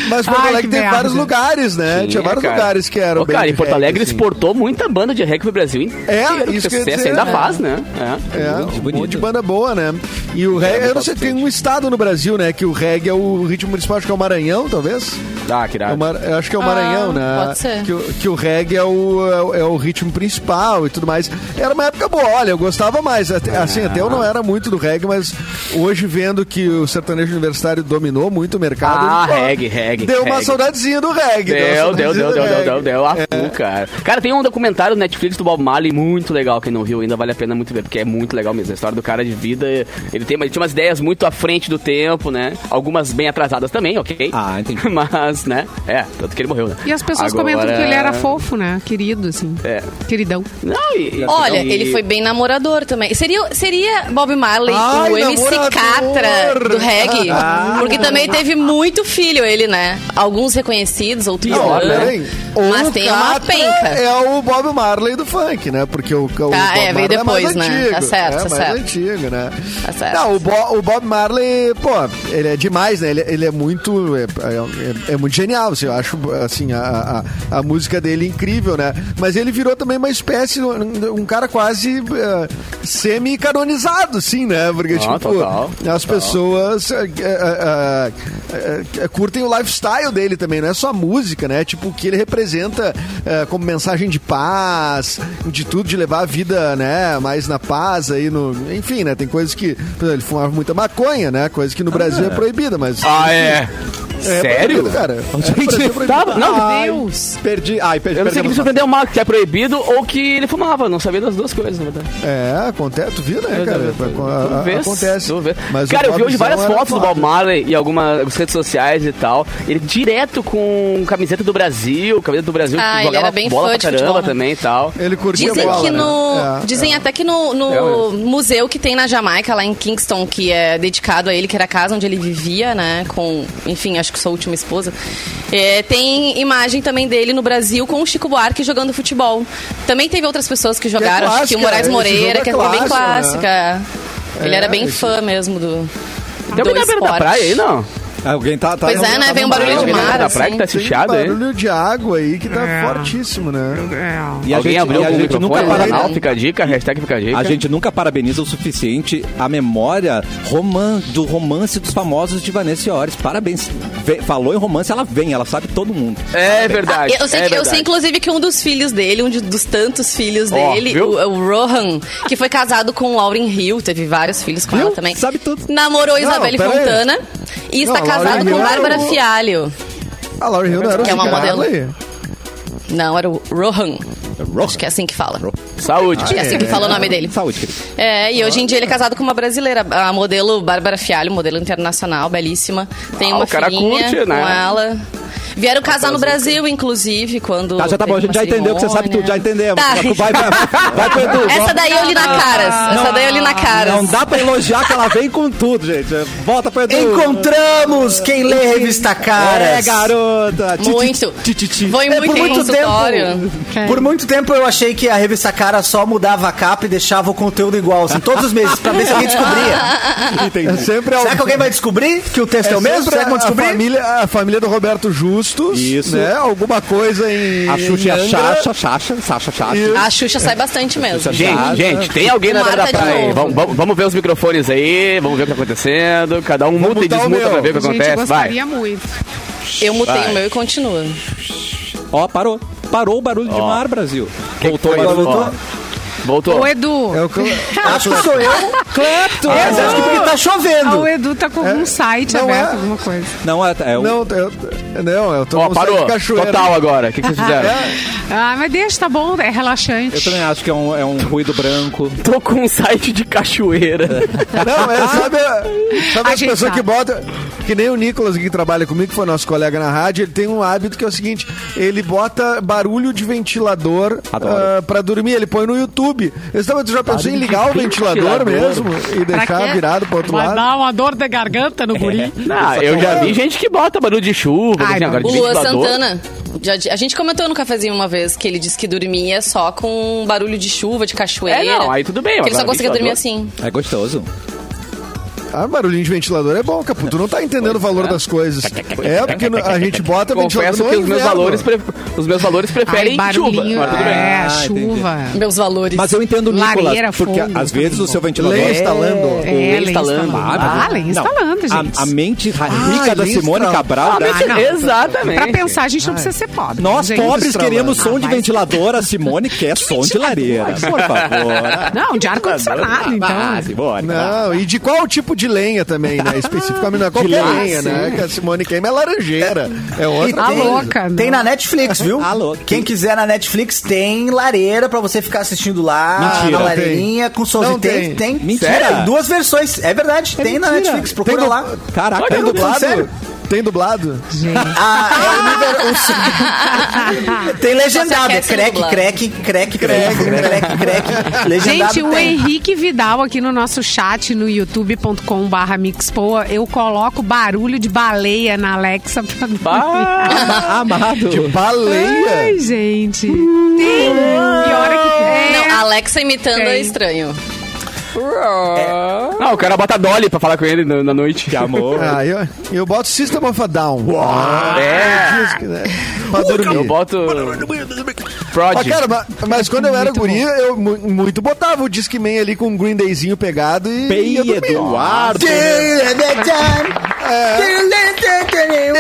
Speaker 7: Mas Porto
Speaker 2: Ai,
Speaker 7: Alegre
Speaker 2: que
Speaker 7: teve
Speaker 2: merda.
Speaker 7: vários lugares, né? Tinha vários
Speaker 3: é, cara.
Speaker 7: lugares que eram
Speaker 3: Ô,
Speaker 7: bem
Speaker 3: cara,
Speaker 7: de
Speaker 3: e Porto
Speaker 7: reggae,
Speaker 3: Alegre
Speaker 7: assim.
Speaker 3: exportou muita banda de reggae pro Brasil inteiro.
Speaker 7: É,
Speaker 3: que
Speaker 7: isso que eu ia
Speaker 3: sucesso
Speaker 7: dizer,
Speaker 3: ainda
Speaker 7: né?
Speaker 3: faz, né? É.
Speaker 7: É, um
Speaker 1: bonito.
Speaker 7: monte de banda boa, né? E o reggae, eu não sei, tem um estado no Brasil, né? Que o reggae é o ritmo principal, acho que é o Maranhão, talvez?
Speaker 3: Ah, que
Speaker 7: É o
Speaker 3: irado.
Speaker 7: Mar- eu acho que é o Maranhão,
Speaker 5: Ah,
Speaker 7: né?
Speaker 5: pode ser.
Speaker 7: Que, o- que o reggae é o, é o- é o ritmo principal e tudo mais. Era uma época boa, olha, eu gostava mais. Até-
Speaker 3: Ah.
Speaker 7: assim, até eu não era muito do reggae, mas hoje vendo que o sertanejo universitário dominou muito o mercado.
Speaker 3: Ah,
Speaker 7: pô,
Speaker 3: reggae, reggae,
Speaker 7: Deu uma
Speaker 3: reggae.
Speaker 7: saudadezinha do reggae.
Speaker 3: Deu,
Speaker 7: uma
Speaker 3: deu,
Speaker 7: saudadezinha
Speaker 3: deu, deu,
Speaker 7: do
Speaker 3: deu,
Speaker 7: reggae. É.
Speaker 3: deu, deu. Ah, fu, cara. Cara, tem um documentário no Netflix do Bob Marley muito legal. Quem não viu ainda vale a pena muito ver, porque é muito legal mesmo. A história do cara de vida. Ele, tem, ele tinha umas ideias muito à frente do tempo, né? Algumas bem atrasadas também, ok?
Speaker 1: Ah, entendi.
Speaker 3: Mas, né? É, tanto que ele morreu, né?
Speaker 2: E as pessoas
Speaker 3: Agora-
Speaker 2: comentam que ele era fofo, né? Querido, assim.
Speaker 3: É.
Speaker 2: Queridão.
Speaker 3: Não, e- e-
Speaker 5: Olha,
Speaker 7: um
Speaker 3: e-
Speaker 5: ele foi bem namorador também. Seria, seria Bob Marley
Speaker 7: Ai,
Speaker 5: o MC
Speaker 7: namorador!
Speaker 5: Catra do reggae?
Speaker 7: Ah.
Speaker 5: Porque também teve muito filho ele, né? Alguns reconhecidos, outros
Speaker 7: Não,
Speaker 5: não.
Speaker 7: peraí.
Speaker 5: Mas
Speaker 7: O
Speaker 5: tem uma
Speaker 7: Catra
Speaker 5: penca.
Speaker 7: É o Bob Marley do funk, né? Porque o, o Bob
Speaker 5: é, veio
Speaker 7: Marley é mais
Speaker 5: depois, né?
Speaker 7: antigo.
Speaker 5: Tá certo,
Speaker 7: é
Speaker 5: tá
Speaker 7: mais
Speaker 5: certo.
Speaker 7: antigo, né?
Speaker 5: Tá certo.
Speaker 7: Não, o, Bo- o Bob Marley, pô, ele é demais, né? Ele, ele é muito. É, é- é muito genial, assim, eu acho assim, a, a, a música dele incrível, né? Mas ele virou também uma espécie, um, um cara quase eh, semi-canonizado, assim, né? Porque, tipo,
Speaker 3: Ah, total,
Speaker 7: as pessoas eh, eh, eh, eh, curtem o lifestyle dele também, não é só a música, né? Tipo, o que ele representa eh, como mensagem de paz, de tudo, de levar a vida, né, mais na paz aí no. Enfim, né? Tem coisas que. por exemplo, Ele fumava muita maconha, né? Coisa que no Brasil é proibida, mas.
Speaker 3: Ah, é.
Speaker 7: É
Speaker 3: Sério?
Speaker 7: proibido, cara.
Speaker 1: Gente,
Speaker 3: Tá, não,
Speaker 2: Ah, Deus.
Speaker 1: perdi. Ai, perdi.
Speaker 3: eu não sei o que
Speaker 1: perdemos.
Speaker 3: me surpreendeu mais, que é proibido ou que ele fumava. Não sabia das duas coisas, na verdade.
Speaker 7: É, acontece. Tu viu, né, cara?
Speaker 3: Tu vê,
Speaker 7: acontece.
Speaker 3: tu vê.
Speaker 7: Mas o
Speaker 3: cara, eu vi hoje
Speaker 7: Bobzão
Speaker 3: várias
Speaker 7: era
Speaker 3: fotos do
Speaker 7: foda.
Speaker 3: Bob Marley e algumas redes sociais e tal. Ele direto com camiseta do Brasil, camiseta do Brasil,
Speaker 5: Ah,
Speaker 3: que
Speaker 5: ele
Speaker 3: jogava
Speaker 5: era bem
Speaker 3: bola pra
Speaker 5: fã de
Speaker 3: caramba
Speaker 5: futebol, né?
Speaker 3: também e tal.
Speaker 7: Ele curtia
Speaker 5: Dizem
Speaker 7: a bola,
Speaker 5: que
Speaker 7: né?
Speaker 5: no.
Speaker 7: É,
Speaker 5: dizem até que no, no museu que tem na Jamaica, lá em Kingston, que é dedicado a ele, que era a casa onde ele vivia, né? Com, enfim, acho que sua última esposa. é, tem imagem também dele no Brasil com o Chico Buarque jogando futebol. Também teve outras pessoas que jogaram, acho que
Speaker 7: clássica,
Speaker 5: o Moraes
Speaker 7: esse jogo
Speaker 5: Moreira,
Speaker 7: é
Speaker 5: que é bem
Speaker 7: clássico,
Speaker 5: clássica. Ele
Speaker 7: É,
Speaker 5: era bem
Speaker 7: esse-
Speaker 5: fã mesmo do.
Speaker 3: Tem
Speaker 5: do
Speaker 3: alguém na beira da
Speaker 5: esporte.
Speaker 3: praia aí, não?
Speaker 1: Alguém tá, tá
Speaker 5: Pois é, né? Vem um barulho
Speaker 3: Tem
Speaker 5: de
Speaker 3: alguém na
Speaker 5: mar.
Speaker 3: beira da
Speaker 5: assim.
Speaker 3: praia que tá
Speaker 7: Tem
Speaker 3: chiado aí?
Speaker 7: barulho de água aí que tá
Speaker 2: É.
Speaker 7: fortíssimo, né?
Speaker 2: É.
Speaker 1: E a
Speaker 3: Alguém
Speaker 1: gente,
Speaker 3: abriu
Speaker 1: e a
Speaker 3: algum
Speaker 1: gente nunca
Speaker 3: microfone?
Speaker 1: para-
Speaker 3: Não, fica a dica, hashtag fica a dica.
Speaker 1: A gente nunca parabeniza o suficiente a memória roman do romance dos famosos de Vanessa Iores. Parabéns. Vê- falou em romance, ela vem, ela sabe todo mundo.
Speaker 3: É verdade.
Speaker 5: Ah, Eu sei,
Speaker 3: é
Speaker 5: que- eu
Speaker 3: verdade.
Speaker 5: sei, inclusive, que um dos filhos dele, um de- dos tantos filhos
Speaker 3: Ó,
Speaker 5: dele,
Speaker 3: viu?
Speaker 5: o, é o Rohan, que foi casado com Lauren Hill, teve vários filhos com ela também.
Speaker 1: Sabe tudo.
Speaker 5: Namorou Isabelle
Speaker 7: pera aí.
Speaker 5: Fontana e está
Speaker 7: Não,
Speaker 5: casado
Speaker 7: Lauryn
Speaker 5: com
Speaker 7: Hill
Speaker 5: Bárbara
Speaker 7: era o-
Speaker 5: Fialho.
Speaker 7: A Ah, Laura Hill não era o
Speaker 5: Que é uma
Speaker 7: Ricardo
Speaker 5: modelo.
Speaker 7: aí.
Speaker 5: Não, era o Rohan. Acho que é assim que fala.
Speaker 3: Saúde.
Speaker 5: Acho que é assim que fala o nome dele.
Speaker 1: Saúde, querido.
Speaker 5: É, e hoje em dia ele é casado com uma brasileira, a modelo Bárbara Fialho, modelo internacional, belíssima. Tem
Speaker 3: Ah,
Speaker 5: uma
Speaker 3: o cara
Speaker 5: filhinha
Speaker 3: curte,
Speaker 5: com
Speaker 3: né?
Speaker 5: ela. Vieram casar no Brasil, inclusive, quando.
Speaker 1: Tá, já tá
Speaker 5: teve
Speaker 1: bom, a gente
Speaker 5: uma
Speaker 1: já entendeu que você sabe tudo, já
Speaker 5: cerimônia.
Speaker 1: entendemos.
Speaker 5: Tá.
Speaker 1: Vai, vai, vai pro Edu.
Speaker 5: Essa daí eu li na
Speaker 3: Ah,
Speaker 5: caras. Essa daí eu li na caras.
Speaker 1: Não dá pra elogiar que ela vem com tudo, gente. Volta pro Edu.
Speaker 4: Encontramos quem lê Revista
Speaker 1: É,
Speaker 4: Caras.
Speaker 1: garota. Ti,
Speaker 5: Muito.
Speaker 1: ti, ti, ti.
Speaker 5: Foi
Speaker 4: É,
Speaker 5: muito,
Speaker 4: por
Speaker 5: em
Speaker 4: muito É.
Speaker 5: consultório.
Speaker 4: tempo. Por muito tempo eu achei que a revista Cara só mudava a capa e deixava o conteúdo igual, assim, todos os meses, pra ver se alguém descobria.
Speaker 7: É sempre a-
Speaker 4: Será que alguém vai descobrir que o texto é, o
Speaker 7: sempre
Speaker 4: mesmo? Será que vão
Speaker 7: a-
Speaker 4: descobrir?
Speaker 7: A família, a família do Roberto Justus,
Speaker 1: Isso.
Speaker 7: né? Alguma coisa em
Speaker 1: A Xuxa e
Speaker 7: em
Speaker 1: a
Speaker 7: Angra.
Speaker 1: Xaxa, Xaxa, Sacha, Xaxa.
Speaker 7: E-
Speaker 5: A Xuxa sai bastante mesmo.
Speaker 2: Tá.
Speaker 3: Gente, gente, tem alguém na beira da
Speaker 5: Marta de
Speaker 3: praia. aí.
Speaker 5: novo.
Speaker 3: Vamos, vamos- vamos ver os microfones aí, vamos ver o que tá acontecendo. Cada um muta e
Speaker 7: mudar o
Speaker 3: desmuta
Speaker 7: meu.
Speaker 3: pra ver o que
Speaker 2: A gente
Speaker 3: acontece. Vai.
Speaker 2: gostaria muito.
Speaker 5: Eu mutei o meu e continua.
Speaker 3: É
Speaker 1: Ó, parou. Parou o barulho de mar, Brasil. Voltou,
Speaker 3: Foi,
Speaker 1: mas
Speaker 3: voltou. Voltou.
Speaker 2: O Edu.
Speaker 7: É o que eu-
Speaker 4: Acho que sou eu.
Speaker 1: Clepto!
Speaker 4: Mas acho que porque tá
Speaker 2: Ah, o
Speaker 4: chovendo.
Speaker 2: Edu tá com algum site
Speaker 7: não
Speaker 2: aberto,
Speaker 7: é.
Speaker 2: alguma coisa.
Speaker 1: Não, é, é o-
Speaker 7: Não, eu, não, eu tô
Speaker 3: Ó,
Speaker 7: com um
Speaker 3: parou.
Speaker 7: sangue de cachoeira.
Speaker 3: Total agora. O que, que vocês fizeram?
Speaker 2: Ah, mas deixa, tá bom, é
Speaker 1: eu
Speaker 2: relaxante.
Speaker 1: também acho que é um, é um ruído branco.
Speaker 3: Tô com um site de cachoeira.
Speaker 7: Não, é, sabe, sabe
Speaker 2: Ah. A
Speaker 7: as
Speaker 2: gente sabe.
Speaker 7: pessoas que botam. Que nem o Nicolas, que trabalha comigo, que foi nosso colega na rádio, ele tem um hábito que é o seguinte: ele bota barulho de ventilador
Speaker 1: Adoro.
Speaker 7: ah, pra dormir, ele põe no YouTube. Eu estava, tu já pensou em ligar o
Speaker 3: ventilador.
Speaker 7: ventilador, mesmo e
Speaker 2: Pra
Speaker 7: deixar
Speaker 2: quê?
Speaker 7: virado pro outro
Speaker 2: Vai
Speaker 7: lado?
Speaker 2: dar uma dor de garganta no guri.
Speaker 3: Não, eu já vi gente que bota barulho de chuva,
Speaker 2: Ai,
Speaker 3: esse negócio
Speaker 5: O
Speaker 3: de
Speaker 5: Luan
Speaker 3: ventilador.
Speaker 5: Santana. já di- a gente comentou no cafezinho uma vez que ele disse que dormia só com barulho de chuva, de cachoeira.
Speaker 3: É, não, aí tudo bem,
Speaker 5: Que
Speaker 3: mas
Speaker 5: ele só
Speaker 3: agora
Speaker 5: conseguia dormir
Speaker 3: ventilador?
Speaker 5: assim.
Speaker 1: É gostoso.
Speaker 7: Ah, barulhinho de ventilador é bom, Capu. Tu não tá entendendo o valor das coisas. É, porque no- a gente bota
Speaker 3: Confesso
Speaker 7: ventilador
Speaker 3: que
Speaker 7: no
Speaker 3: os meus,
Speaker 7: inverno.
Speaker 3: valores pre- os meus valores
Speaker 2: Ai,
Speaker 3: preferem chuva.
Speaker 2: barulhinho.
Speaker 3: mas tudo bem.
Speaker 2: é,
Speaker 1: Ah,
Speaker 2: chuva.
Speaker 5: Meus valores.
Speaker 1: Mas eu entendo o Nicolas,
Speaker 2: Lareira,
Speaker 1: porque
Speaker 2: fogo,
Speaker 1: às vezes o seu ventilador...
Speaker 7: Lenha instalando.
Speaker 2: É,
Speaker 3: lenha
Speaker 2: lenha
Speaker 3: instalando.
Speaker 2: Ah, lenha
Speaker 1: Não,
Speaker 2: instalando,
Speaker 1: a-
Speaker 2: gente. Ah,
Speaker 1: A, mente ra- rica da
Speaker 7: lenha
Speaker 1: Simone
Speaker 7: instalando.
Speaker 1: Cabral...
Speaker 3: Ah, mas-
Speaker 2: não.
Speaker 3: Exatamente.
Speaker 2: Pra pensar, um a gente não precisa ser pobre.
Speaker 1: Nós
Speaker 2: gente.
Speaker 1: pobres
Speaker 7: instalando.
Speaker 1: queremos som
Speaker 2: Ah,
Speaker 1: de
Speaker 2: mas-
Speaker 1: ventilador, a Simone quer som de lareira. Por favor.
Speaker 2: Não, de ar-condicionado, então.
Speaker 1: Ah, Simone.
Speaker 7: Não, e de qual tipo de lenha também, né? Especificamente, não é qualquer
Speaker 1: lenha,
Speaker 7: lenha, né? Que a Simone queima é laranjeira. É
Speaker 4: E
Speaker 7: outra
Speaker 2: A
Speaker 7: coisa.
Speaker 2: louca.
Speaker 4: Tem
Speaker 2: não.
Speaker 4: na Netflix, viu?
Speaker 1: A louca.
Speaker 4: Quem quiser na Netflix tem lareira pra você ficar assistindo lá,
Speaker 1: Mentira.
Speaker 4: na lareirinha, com
Speaker 7: Não
Speaker 4: solzinho. Tem,
Speaker 7: tem.
Speaker 4: tem.
Speaker 1: Mentira.
Speaker 4: Sério, duas versões. É verdade, tem na
Speaker 1: mentira.
Speaker 4: Netflix. Procura
Speaker 7: Tem no-
Speaker 4: lá.
Speaker 1: Caraca,
Speaker 7: Tem
Speaker 1: eu tô
Speaker 7: dublado?
Speaker 1: sério.
Speaker 7: Tem dublado?
Speaker 4: Ah, é o nível- o som- tem legendado. É
Speaker 5: aquece no
Speaker 4: crack,
Speaker 5: dublado.
Speaker 4: crack, crack, crack, crack, crack. Legendado
Speaker 2: Gente, o
Speaker 4: tem.
Speaker 2: Henrique Vidal aqui no nosso chat no youtube.com barra mixpoa, eu coloco barulho de baleia na Alexa pra dormir.
Speaker 1: Ama- Amado.
Speaker 7: Baleia!
Speaker 2: Ai, gente. Tem. E hora que
Speaker 5: Não, a
Speaker 2: é.
Speaker 5: Alexa imitando
Speaker 2: Tem.
Speaker 5: é estranho.
Speaker 3: Não, o cara bota Dolly pra falar com ele na, na noite.
Speaker 1: Que amor.
Speaker 7: Ah, eu, eu boto System of a Down.
Speaker 2: Ah.
Speaker 3: É.
Speaker 7: Diz que, né, pra dormir.
Speaker 3: Eu boto.
Speaker 7: Ah,
Speaker 3: Prod.
Speaker 7: cara, ma- mas, quando eu era guri, eu mu- muito botava o Discman ali com um Green Dayzinho pegado e.
Speaker 1: Bem
Speaker 7: ia dormir.
Speaker 1: Eduardo.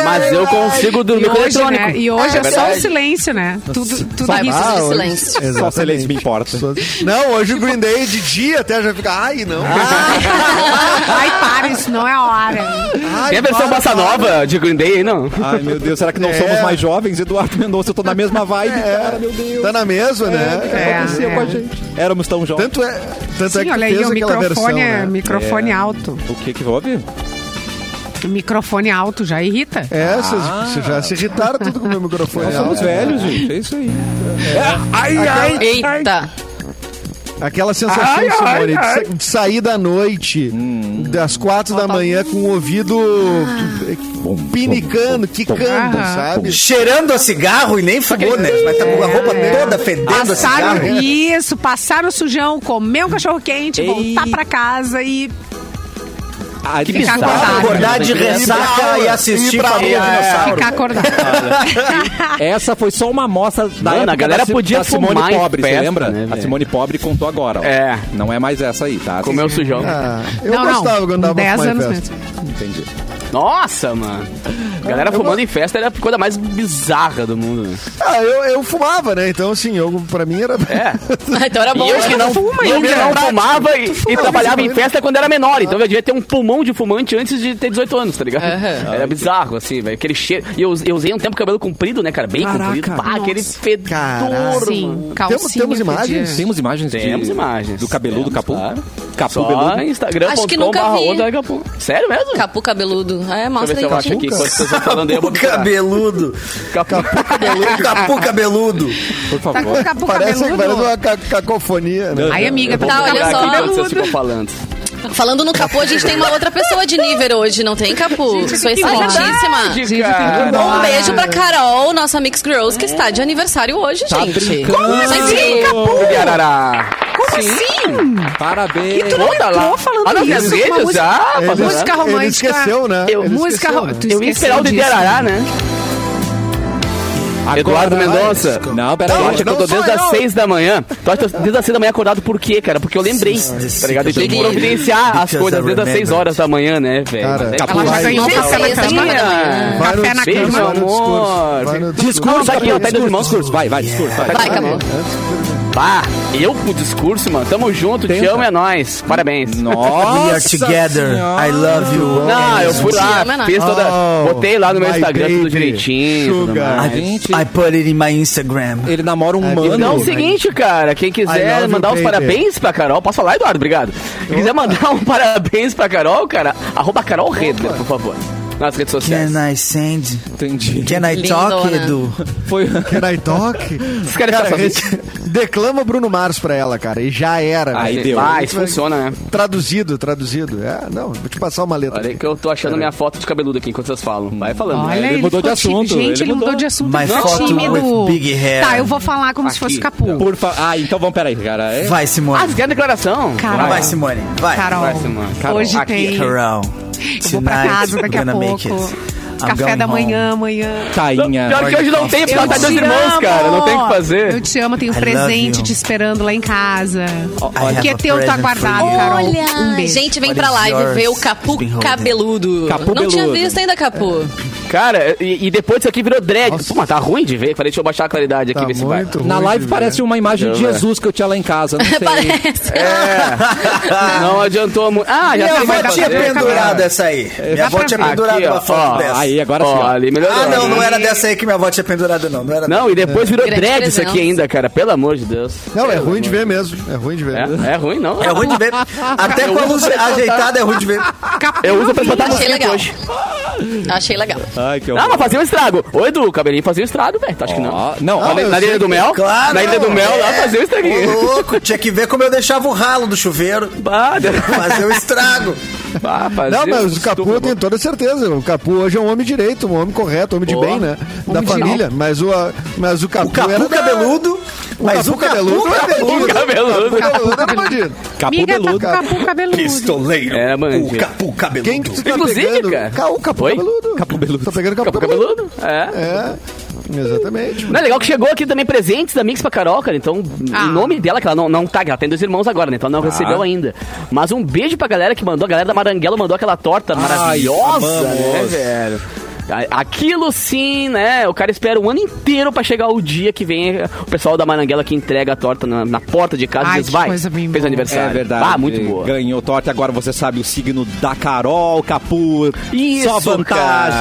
Speaker 3: Mas eu consigo
Speaker 2: E
Speaker 3: dormir com
Speaker 2: hoje,
Speaker 3: eletrônico.
Speaker 2: né? E hoje é, só o
Speaker 3: verdade.
Speaker 2: silêncio, né? Tudo, tudo
Speaker 5: Vai,
Speaker 2: isso.
Speaker 5: vai.
Speaker 7: Ah,
Speaker 5: de
Speaker 7: hoje-
Speaker 5: silêncio.
Speaker 7: Exatamente.
Speaker 1: Só silêncio me importa.
Speaker 7: Não, hoje o Green Day é de dia até já fica. Ai, não.
Speaker 2: Ai, para, isso não é a hora.
Speaker 7: Ai,
Speaker 3: Tem a versão
Speaker 7: para,
Speaker 3: bossa
Speaker 7: para.
Speaker 3: nova de Green Day aí, não?
Speaker 1: Ai, meu Deus, será que não
Speaker 7: É.
Speaker 1: somos mais jovens? Eduardo Mendonça, eu tô na mesma é vibe, cara, meu Deus.
Speaker 7: Tá na mesma, né?
Speaker 2: É, é.
Speaker 1: Éramos tão jovens.
Speaker 7: Tanto é, tanto é
Speaker 2: Sim,
Speaker 7: que
Speaker 2: olha
Speaker 7: olha
Speaker 2: aí,
Speaker 7: fez
Speaker 2: o
Speaker 7: aquela versão,
Speaker 2: microfone, é-
Speaker 7: né?
Speaker 2: microfone
Speaker 1: É.
Speaker 2: alto.
Speaker 1: O que que houve?
Speaker 2: O microfone alto já irrita.
Speaker 7: É, vocês vocês já se irritaram tudo com o meu microfone.
Speaker 1: Nós somos
Speaker 7: É,
Speaker 1: velhos, gente, é isso aí.
Speaker 5: Eita.
Speaker 7: Aquela sensação, Simone, de sa- de sair da noite, das quatro da manhã, com o ouvido pinicando, quicando,
Speaker 2: Aham.
Speaker 7: sabe?
Speaker 4: Cheirando a cigarro e nem fumou, né? Mas tá com a roupa toda fedendo a
Speaker 2: É. Passaram
Speaker 7: é.
Speaker 4: cigarro.
Speaker 2: isso, passaram sujão, comer um cachorro quente, voltar pra casa e
Speaker 1: Ah, que
Speaker 2: ficar
Speaker 3: né?
Speaker 2: acordado.
Speaker 4: Acordar de ressaca e assistir Família
Speaker 1: É,
Speaker 4: Dinossauro.
Speaker 2: Ficar acordado.
Speaker 1: Essa foi só uma amostra da
Speaker 3: Mano,
Speaker 1: época
Speaker 3: a galera
Speaker 1: da, Ci-
Speaker 3: podia
Speaker 1: da Simone
Speaker 3: fumar em
Speaker 1: Pobre, você
Speaker 3: festa,
Speaker 1: lembra?
Speaker 3: né,
Speaker 1: a
Speaker 3: velho?
Speaker 1: Simone Pobre contou agora. Ó.
Speaker 3: É.
Speaker 1: Não é mais essa aí, tá?
Speaker 3: Comeu sujão.
Speaker 2: É.
Speaker 7: Ah, eu
Speaker 2: não,
Speaker 7: gostava
Speaker 2: não,
Speaker 7: quando dava pra
Speaker 2: 10
Speaker 7: fumar em
Speaker 2: anos
Speaker 7: festa.
Speaker 2: mesmo.
Speaker 1: Entendi.
Speaker 3: Nossa, mano. Galera fumando em festa era a coisa mais bizarra do mundo. né?
Speaker 7: Ah, eu, eu fumava, né? Então, assim, eu, pra mim era.
Speaker 3: É.
Speaker 5: Então
Speaker 2: Tá
Speaker 5: era bom.
Speaker 3: E eu que não,
Speaker 2: fuma
Speaker 3: e eu que
Speaker 2: ainda.
Speaker 3: não fumava e, e trabalhava em
Speaker 7: fuma.
Speaker 3: festa quando era menor.
Speaker 2: Ah.
Speaker 3: Então eu devia ter um pulmão de fumante antes de ter 18 anos, tá ligado?
Speaker 5: Aham.
Speaker 3: Era bizarro, assim, velho. Aquele cheiro. E eu, eu usei um tempo cabelo comprido, né, cara? Bem comprido. Pá,
Speaker 2: Nossa.
Speaker 3: aquele fedor.
Speaker 2: Sim, calcinha.
Speaker 7: Temos- temos
Speaker 2: podia.
Speaker 7: imagens?
Speaker 1: Temos imagens de-
Speaker 3: Temos imagens.
Speaker 1: Do cabeludo,
Speaker 3: Temos,
Speaker 1: capu?
Speaker 3: claro.
Speaker 1: Capu
Speaker 3: Só
Speaker 1: beludo.
Speaker 3: Instagram. um
Speaker 5: Acho que nunca vi.
Speaker 3: Sério mesmo?
Speaker 5: Capu cabeludo.
Speaker 3: Deixa eu
Speaker 5: É,
Speaker 3: ver se
Speaker 5: mostra aí,
Speaker 3: eu acho
Speaker 5: Coutinho.
Speaker 3: aqui. Enquanto vocês estão falando aí, eu vou
Speaker 4: Capu
Speaker 1: tá.
Speaker 4: cabeludo.
Speaker 3: Capu.
Speaker 4: Cabeludo. Capu cabeludo.
Speaker 1: Por
Speaker 2: Tá
Speaker 1: favor.
Speaker 2: com o capu
Speaker 7: Parece, parece
Speaker 2: cabeludo.
Speaker 7: uma ca- cacofonia, né?
Speaker 2: Aí, amiga, tá
Speaker 5: Tá,
Speaker 2: com o
Speaker 5: olha
Speaker 2: capu
Speaker 5: só.
Speaker 3: Enquanto vocês
Speaker 2: cabeludo.
Speaker 3: ficam falando.
Speaker 5: Falando no Capu, a gente tem uma outra pessoa de nível hoje, não tem, Capu?
Speaker 2: Gente,
Speaker 5: Sou
Speaker 2: que bom.
Speaker 5: excelentíssima.
Speaker 3: Verdade,
Speaker 2: Gente, eu tenho que ir
Speaker 3: cara.
Speaker 5: Um
Speaker 2: embora.
Speaker 5: beijo pra Carol, nossa Mix Girls, que está de aniversário hoje, gente.
Speaker 1: brincando? Como
Speaker 5: Mas
Speaker 2: assim,
Speaker 5: sim,
Speaker 2: Capu?
Speaker 3: Yarará.
Speaker 2: Como assim?
Speaker 1: Parabéns.
Speaker 2: Tu não
Speaker 3: Olha lá.
Speaker 2: entrou falando
Speaker 3: Ah, não, minhas
Speaker 2: isso? com uma
Speaker 3: redes
Speaker 2: música,
Speaker 3: já,
Speaker 2: uma
Speaker 3: fazendo-
Speaker 2: música
Speaker 7: Ele
Speaker 2: romântica.
Speaker 7: esqueceu, né?
Speaker 2: Eu,
Speaker 7: Ele
Speaker 2: música
Speaker 7: esqueceu, né?
Speaker 2: romântica.
Speaker 3: Eu ia esperar o de Yarará, né? Eduardo Mendonça.
Speaker 1: Não, pera
Speaker 3: Eu
Speaker 1: aí.
Speaker 3: acho que eu tô
Speaker 7: não sou
Speaker 3: desde
Speaker 7: eu.
Speaker 3: as seis da manhã. Tu acha que eu tô desde as seis da manhã acordado por quê, cara? Porque eu lembrei, tá ligado? Eu tenho que
Speaker 5: Because
Speaker 3: providenciar as
Speaker 4: I
Speaker 3: coisas desde as
Speaker 4: remember.
Speaker 3: seis horas da manhã, né, velho?
Speaker 7: Cara,
Speaker 3: Mas é
Speaker 7: Ela
Speaker 2: Ela já
Speaker 3: capaz.
Speaker 2: ganhou o
Speaker 5: Vai,
Speaker 2: café da
Speaker 5: vai, vai,
Speaker 2: cama.
Speaker 5: vai.
Speaker 2: Café na
Speaker 3: Beijo, meu
Speaker 2: cama.
Speaker 3: amor.
Speaker 7: Vai no
Speaker 3: Discurso,
Speaker 1: discurso,
Speaker 3: tá aqui, ó, tá aí dos irmãos.
Speaker 1: discurso. Vai, vai, discurso. Vai,
Speaker 5: Vai, Capu.
Speaker 3: Bah, eu pro discurso, mano. Tamo junto, te
Speaker 1: Tenta.
Speaker 3: amo, é nóis. Parabéns.
Speaker 1: Nossa
Speaker 4: We are together.
Speaker 1: Senhora.
Speaker 4: I love you.
Speaker 3: Não, eu fui lá,
Speaker 5: Te amo, é nóis.
Speaker 3: fiz toda.
Speaker 7: Oh,
Speaker 3: botei lá no meu
Speaker 7: my
Speaker 3: Instagram tudo
Speaker 7: baby.
Speaker 3: direitinho. tudo
Speaker 7: Sugar.
Speaker 1: A
Speaker 3: mais.
Speaker 1: gente,
Speaker 4: I put it in my Instagram.
Speaker 1: ele namora um mano.
Speaker 3: Então é o seguinte, cara, quem
Speaker 7: I
Speaker 3: quiser
Speaker 7: love
Speaker 3: mandar
Speaker 7: you,
Speaker 3: uns
Speaker 7: baby.
Speaker 3: parabéns pra Carol, posso falar, Eduardo? Obrigado. Quem quiser mandar um parabéns pra Carol, cara, arroba Carol Redler, por favor. nas redes sociais.
Speaker 4: Can I send?
Speaker 1: Entendi.
Speaker 4: Can I talk,
Speaker 2: né?
Speaker 5: Lindona.
Speaker 4: Edu?
Speaker 1: Foi...
Speaker 7: Can I talk?
Speaker 3: Os caras
Speaker 7: Cara,
Speaker 3: estão fazendo-
Speaker 7: declama Bruno Mars pra ela, cara. E já era.
Speaker 1: Aí
Speaker 7: velho.
Speaker 1: deu.
Speaker 3: Ah, isso funciona, né?
Speaker 7: Traduzido, traduzido. É, não, vou te passar uma letra. Tá
Speaker 3: Olha aí que eu tô achando minha foto de cabeludo aqui enquanto vocês falam. Vai falando.
Speaker 2: Olha,
Speaker 1: ele mudou de
Speaker 2: ficou ti-
Speaker 1: assunto, ele
Speaker 2: Gente, ele, mudou.
Speaker 1: mudou.
Speaker 2: de assunto.
Speaker 4: My
Speaker 2: ele ficou
Speaker 4: photo
Speaker 2: tímido.
Speaker 4: with big hair.
Speaker 2: Tá, eu vou falar como se fosse
Speaker 3: Aqui.
Speaker 2: capu.
Speaker 1: Por fa... Ah, então vamos, peraí, cara. É...
Speaker 4: Vai,
Speaker 3: Ah,
Speaker 4: Simone.
Speaker 3: você quer a declaração? Ah,
Speaker 2: Cara,
Speaker 4: Vai,
Speaker 2: Vai.
Speaker 4: Simone. Vai.
Speaker 2: Carol,
Speaker 3: Vai, Simone. Carol,
Speaker 2: hoje
Speaker 3: aqui.
Speaker 2: tem.
Speaker 4: Carol.
Speaker 2: Eu vou pra
Speaker 4: tonight
Speaker 2: casa daqui a
Speaker 4: I'm gonna make
Speaker 2: pouco.
Speaker 4: it. I'm
Speaker 2: Café
Speaker 4: going
Speaker 2: da
Speaker 4: home.
Speaker 2: manhã, amanhã.
Speaker 1: Tainha.
Speaker 3: Pior que hoje não tem, porque ela tá
Speaker 2: te
Speaker 3: dois irmãos,
Speaker 2: amo!
Speaker 3: cara. Não tem o que
Speaker 2: Eu
Speaker 3: fazer.
Speaker 2: te amo, tenho um
Speaker 4: I love
Speaker 2: presente
Speaker 4: you.
Speaker 2: te esperando lá em casa.
Speaker 4: have
Speaker 2: O que é
Speaker 4: a
Speaker 2: teu tá
Speaker 4: present
Speaker 2: guardado,
Speaker 4: for you.
Speaker 2: Carol.
Speaker 5: Olha,
Speaker 2: um beijo.
Speaker 5: gente, vem
Speaker 4: What
Speaker 5: pra
Speaker 4: is
Speaker 5: live
Speaker 4: yours?
Speaker 5: ver o Capu
Speaker 4: Been holding.
Speaker 5: cabeludo.
Speaker 1: Capu
Speaker 5: Não tinha
Speaker 1: beludo.
Speaker 5: visto ainda, Capu.
Speaker 3: Cara, e, e depois disso aqui virou dread. Pô, mas tá ruim de ver. Falei, deixa eu baixar a claridade aqui,
Speaker 7: Tá
Speaker 3: ver se vai.
Speaker 7: muito
Speaker 1: Na
Speaker 7: ruim
Speaker 1: live
Speaker 7: de
Speaker 1: parece uma imagem de
Speaker 3: Não, né?
Speaker 1: Jesus que eu tinha lá em casa. Não sei.
Speaker 5: Parece.
Speaker 3: Não adiantou muito. Ah, já
Speaker 4: Minha
Speaker 3: sei
Speaker 4: avó
Speaker 3: mais
Speaker 4: tinha
Speaker 3: fazer.
Speaker 4: pendurado essa aí. Minha avó
Speaker 2: pra
Speaker 4: tinha
Speaker 2: ver.
Speaker 4: pendurado
Speaker 3: Aqui, ó,
Speaker 4: uma foto
Speaker 3: ó,
Speaker 4: dessa.
Speaker 1: aí agora sim.
Speaker 3: Ó,
Speaker 1: ó.
Speaker 3: ali melhorou.
Speaker 4: Ah, não, não
Speaker 3: né?
Speaker 4: era dessa aí que minha avó tinha pendurado, não. Não era
Speaker 3: Não, e depois virou
Speaker 5: Grande
Speaker 3: dread isso aqui
Speaker 5: presença.
Speaker 3: ainda, cara. Pelo amor de Deus.
Speaker 7: Não, é ruim de ver mesmo. É ruim de ver.
Speaker 3: É, é ruim, não.
Speaker 4: É ruim de ver. Até com a luz ajeitada é ruim de ver.
Speaker 2: Capu
Speaker 3: Eu uso
Speaker 2: novinho.
Speaker 3: pra espantar
Speaker 5: Achei
Speaker 3: mosquito
Speaker 5: legal.
Speaker 3: hoje.
Speaker 5: Achei legal.
Speaker 1: Ai, que
Speaker 3: Não,
Speaker 1: horror.
Speaker 3: mas fazia um estrago. Ô, Edu, o cabelinho fazia um estrago, velho. Tu acha que não?
Speaker 1: Ó, não,
Speaker 4: Ah,
Speaker 3: Ó,
Speaker 1: olha,
Speaker 3: na- na
Speaker 7: eu sei
Speaker 3: Ilha do Mel?
Speaker 4: Claro. É.
Speaker 3: Na Ilha do Mel, lá fazia um
Speaker 4: Ô,
Speaker 3: estraguinho.
Speaker 4: louco, tinha que ver como eu deixava o ralo do chuveiro.
Speaker 3: Bah, deu-
Speaker 4: Fazer o estrago.
Speaker 3: bah, fazia
Speaker 7: Não,
Speaker 3: um
Speaker 7: mas o Capu eu
Speaker 3: estupro.
Speaker 7: tenho toda certeza. O Capu hoje é um homem direito, um homem correto, um homem de
Speaker 3: Boa.
Speaker 7: bem, né? Da
Speaker 2: de
Speaker 7: família. Mas o, mas o Capu,
Speaker 4: O capu
Speaker 7: era da-
Speaker 4: cabeludo, mas o capu cabeludo.
Speaker 3: Cabeludo.
Speaker 7: O Capu cabeludo né, era bandido.
Speaker 1: Capu
Speaker 2: Amiga, tá com
Speaker 1: peludo.
Speaker 2: capu cabeludo.
Speaker 4: Pistoleiro.
Speaker 3: Era bandido.
Speaker 4: O capu cabeludo.
Speaker 7: Quem que tu tá
Speaker 3: Inclusive,
Speaker 7: pegando?
Speaker 3: cara.
Speaker 7: Ca- O Capu
Speaker 3: Oi?
Speaker 7: cabeludo. Capu Tá pegando Capu,
Speaker 3: Capu
Speaker 7: cabeludo.
Speaker 3: cabeludo? É.
Speaker 7: É, exatamente.
Speaker 3: Não, é legal que chegou aqui também presentes da Mix pra Carol, cara. Então,
Speaker 2: Ah.
Speaker 3: o nome dela, que ela não, não tá, ela tem dois irmãos agora, né? Então
Speaker 1: Tá.
Speaker 3: não recebeu ainda. Mas um beijo pra galera que mandou, a galera da Maranguela mandou aquela torta maravilhosa, né,
Speaker 1: amamos.
Speaker 3: velho? A- Aquilo sim, né? O cara espera um ano inteiro pra chegar o dia que vem o pessoal da Maranguela que entrega a torta na, na porta de casa
Speaker 2: Ai,
Speaker 3: e diz:
Speaker 2: que
Speaker 3: vai,
Speaker 2: coisa bem
Speaker 3: fez
Speaker 2: boa."
Speaker 3: aniversário.
Speaker 1: É verdade.
Speaker 3: Ah, muito boa.
Speaker 1: Ganhou torta. Agora você sabe o signo da Carol, Capu.
Speaker 3: Isso,
Speaker 1: Só vantagem.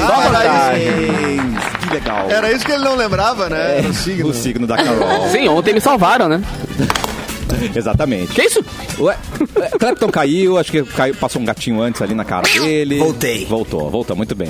Speaker 3: cara.
Speaker 1: Só
Speaker 7: Ah, era
Speaker 1: vantagem.
Speaker 7: isso.
Speaker 1: Que legal.
Speaker 7: Era isso que ele não lembrava, né? Era o signo.
Speaker 1: É, O signo da Carol.
Speaker 3: Sim, ontem me salvaram, né?
Speaker 1: Exatamente.
Speaker 3: Que isso?
Speaker 1: Ué, é, Clapton caiu, acho que caiu- passou um gatinho antes ali na cara dele.
Speaker 4: Voltei.
Speaker 1: Voltou, voltou, muito bem.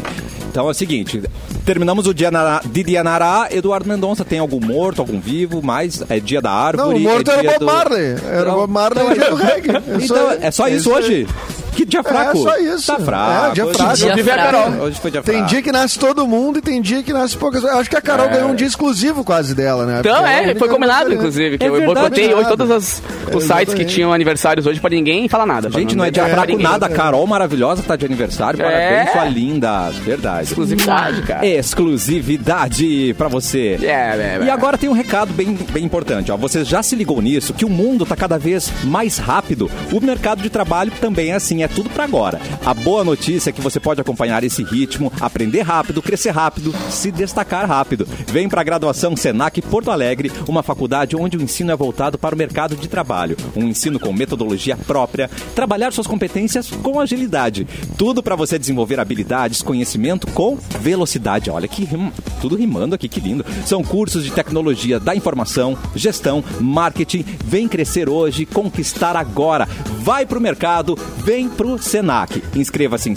Speaker 1: Então é o seguinte, terminamos o dia na- de Dianará. Eduardo Mendonça tem algum morto, algum vivo, mas é dia da árvore.
Speaker 7: Não, o morto
Speaker 1: é
Speaker 7: era o
Speaker 1: dia
Speaker 7: Bob
Speaker 1: do-
Speaker 7: Marley. Era o Bob Marley e o dia do reggae. É só-
Speaker 1: Então, é só isso hoje? Que dia É, fraco.
Speaker 7: É, só isso.
Speaker 1: Tá fraco.
Speaker 7: É, dia
Speaker 1: Hoje-
Speaker 7: fraco.
Speaker 1: hoje-
Speaker 5: Dia fraco.
Speaker 1: Hoje foi dia fraco. É.
Speaker 7: Tem dia que nasce todo mundo e tem dia que nasce poucas. Eu acho que a Carol ganhou um dia exclusivo quase dela, né?
Speaker 3: Então,
Speaker 7: Porque ela
Speaker 3: é,
Speaker 7: única
Speaker 3: foi combinado,
Speaker 7: diferente.
Speaker 3: inclusive. Que
Speaker 1: É
Speaker 3: eu
Speaker 1: verdade,
Speaker 3: boicotei hoje
Speaker 7: combinado.
Speaker 3: todos os sites que
Speaker 7: exatamente.
Speaker 3: tinham aniversários hoje pra ninguém falar nada. pra
Speaker 1: Gente, não é dia
Speaker 3: pra
Speaker 1: fraco
Speaker 3: ninguém.
Speaker 1: nada. Carol maravilhosa tá de aniversário. Parabéns,
Speaker 3: É.
Speaker 1: sua linda. Verdade.
Speaker 3: Exclusividade, cara.
Speaker 1: É, Exclusividade pra você.
Speaker 3: É, é, é.
Speaker 1: E agora tem um recado bem, bem importante. Ó. Você já se ligou nisso? Que o mundo tá cada vez mais rápido. O mercado de trabalho também é assim. É tudo pra agora. A boa notícia é que você pode acompanhar esse ritmo, aprender rápido, crescer rápido, se destacar rápido. Vem pra graduação Senac Porto Alegre, uma faculdade onde o ensino é voltado para o mercado de trabalho. Um ensino com metodologia própria, trabalhar suas competências com agilidade. Tudo pra você desenvolver habilidades, conhecimento com velocidade. Olha que rim- tudo rimando aqui, que lindo. São cursos de tecnologia da informação, gestão, marketing. Vem crescer hoje, conquistar agora. Vai pro mercado, vem pro Senac. Inscreva-se em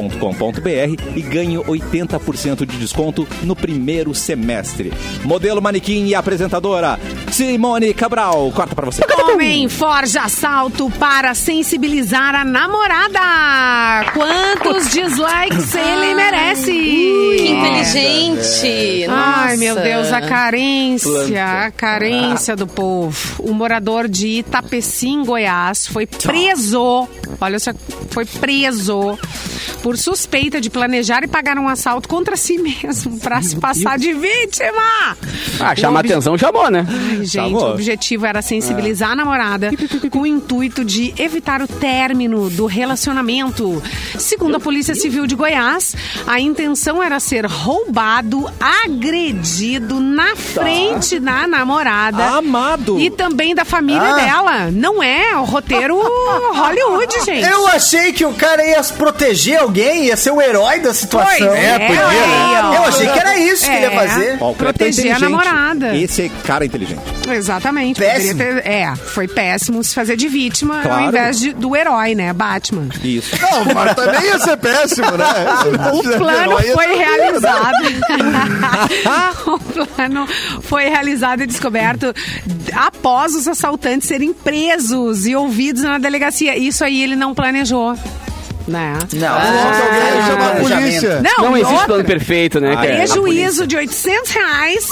Speaker 1: senacrs.com.br e ganhe 80% de desconto no primeiro semestre. Modelo manequim e apresentadora Simone Cabral. Corta pra você.
Speaker 2: Homem forja assalto para sensibilizar a namorada. Quantos dislikes ele
Speaker 5: Que
Speaker 2: merece?
Speaker 5: inteligente.
Speaker 2: Ai,
Speaker 5: Nossa.
Speaker 2: meu Deus, a carência, a carência do povo. O morador de Itapecim, Goiás, foi preso. Olha, só, foi preso por suspeita de planejar e pagar um assalto contra si mesmo para se passar de vítima.
Speaker 3: Ah, chamar atenção chamou, né?
Speaker 2: Ai, gente,
Speaker 1: bom.
Speaker 2: o objetivo era sensibilizar a namorada com o intuito de evitar o término do relacionamento. Segundo a Polícia Civil de Goiás, a intenção era ser roubado, agredido na frente da namorada.
Speaker 1: Amado.
Speaker 2: E também da família
Speaker 4: Ah.
Speaker 2: dela. Não é o roteiro Hollywood, gente.
Speaker 4: Eu achei que o cara ia se proteger agredir alguém, ia ser o herói da situação.
Speaker 2: Pois é,
Speaker 4: Eu
Speaker 2: podia, né?
Speaker 4: achei- Eu achei que era isso que ele ia
Speaker 2: É.
Speaker 4: fazer.
Speaker 1: Ó, o Cleiton é
Speaker 2: Proteger a
Speaker 1: inteligente.
Speaker 2: namorada.
Speaker 1: Esse é cara inteligente.
Speaker 2: Exatamente.
Speaker 4: Péssimo.
Speaker 2: poderia ter- é, foi péssimo se fazer de vítima
Speaker 1: Claro.
Speaker 2: ao invés de, do herói, né? Batman.
Speaker 1: Isso.
Speaker 7: Não, mas também ia ser péssimo, né?
Speaker 2: O plano foi realizado. o plano foi realizado e descoberto após os assaltantes serem presos e ouvidos na delegacia. Isso aí ele não planejou. Né?
Speaker 4: Ah, Não,
Speaker 7: alguém ia chamar a polícia.
Speaker 2: Não,
Speaker 3: Não
Speaker 2: e
Speaker 3: existe
Speaker 2: outra,
Speaker 3: plano perfeito, né,
Speaker 1: Ah,
Speaker 3: cara?
Speaker 1: é.
Speaker 2: Prejuízo de 800 reais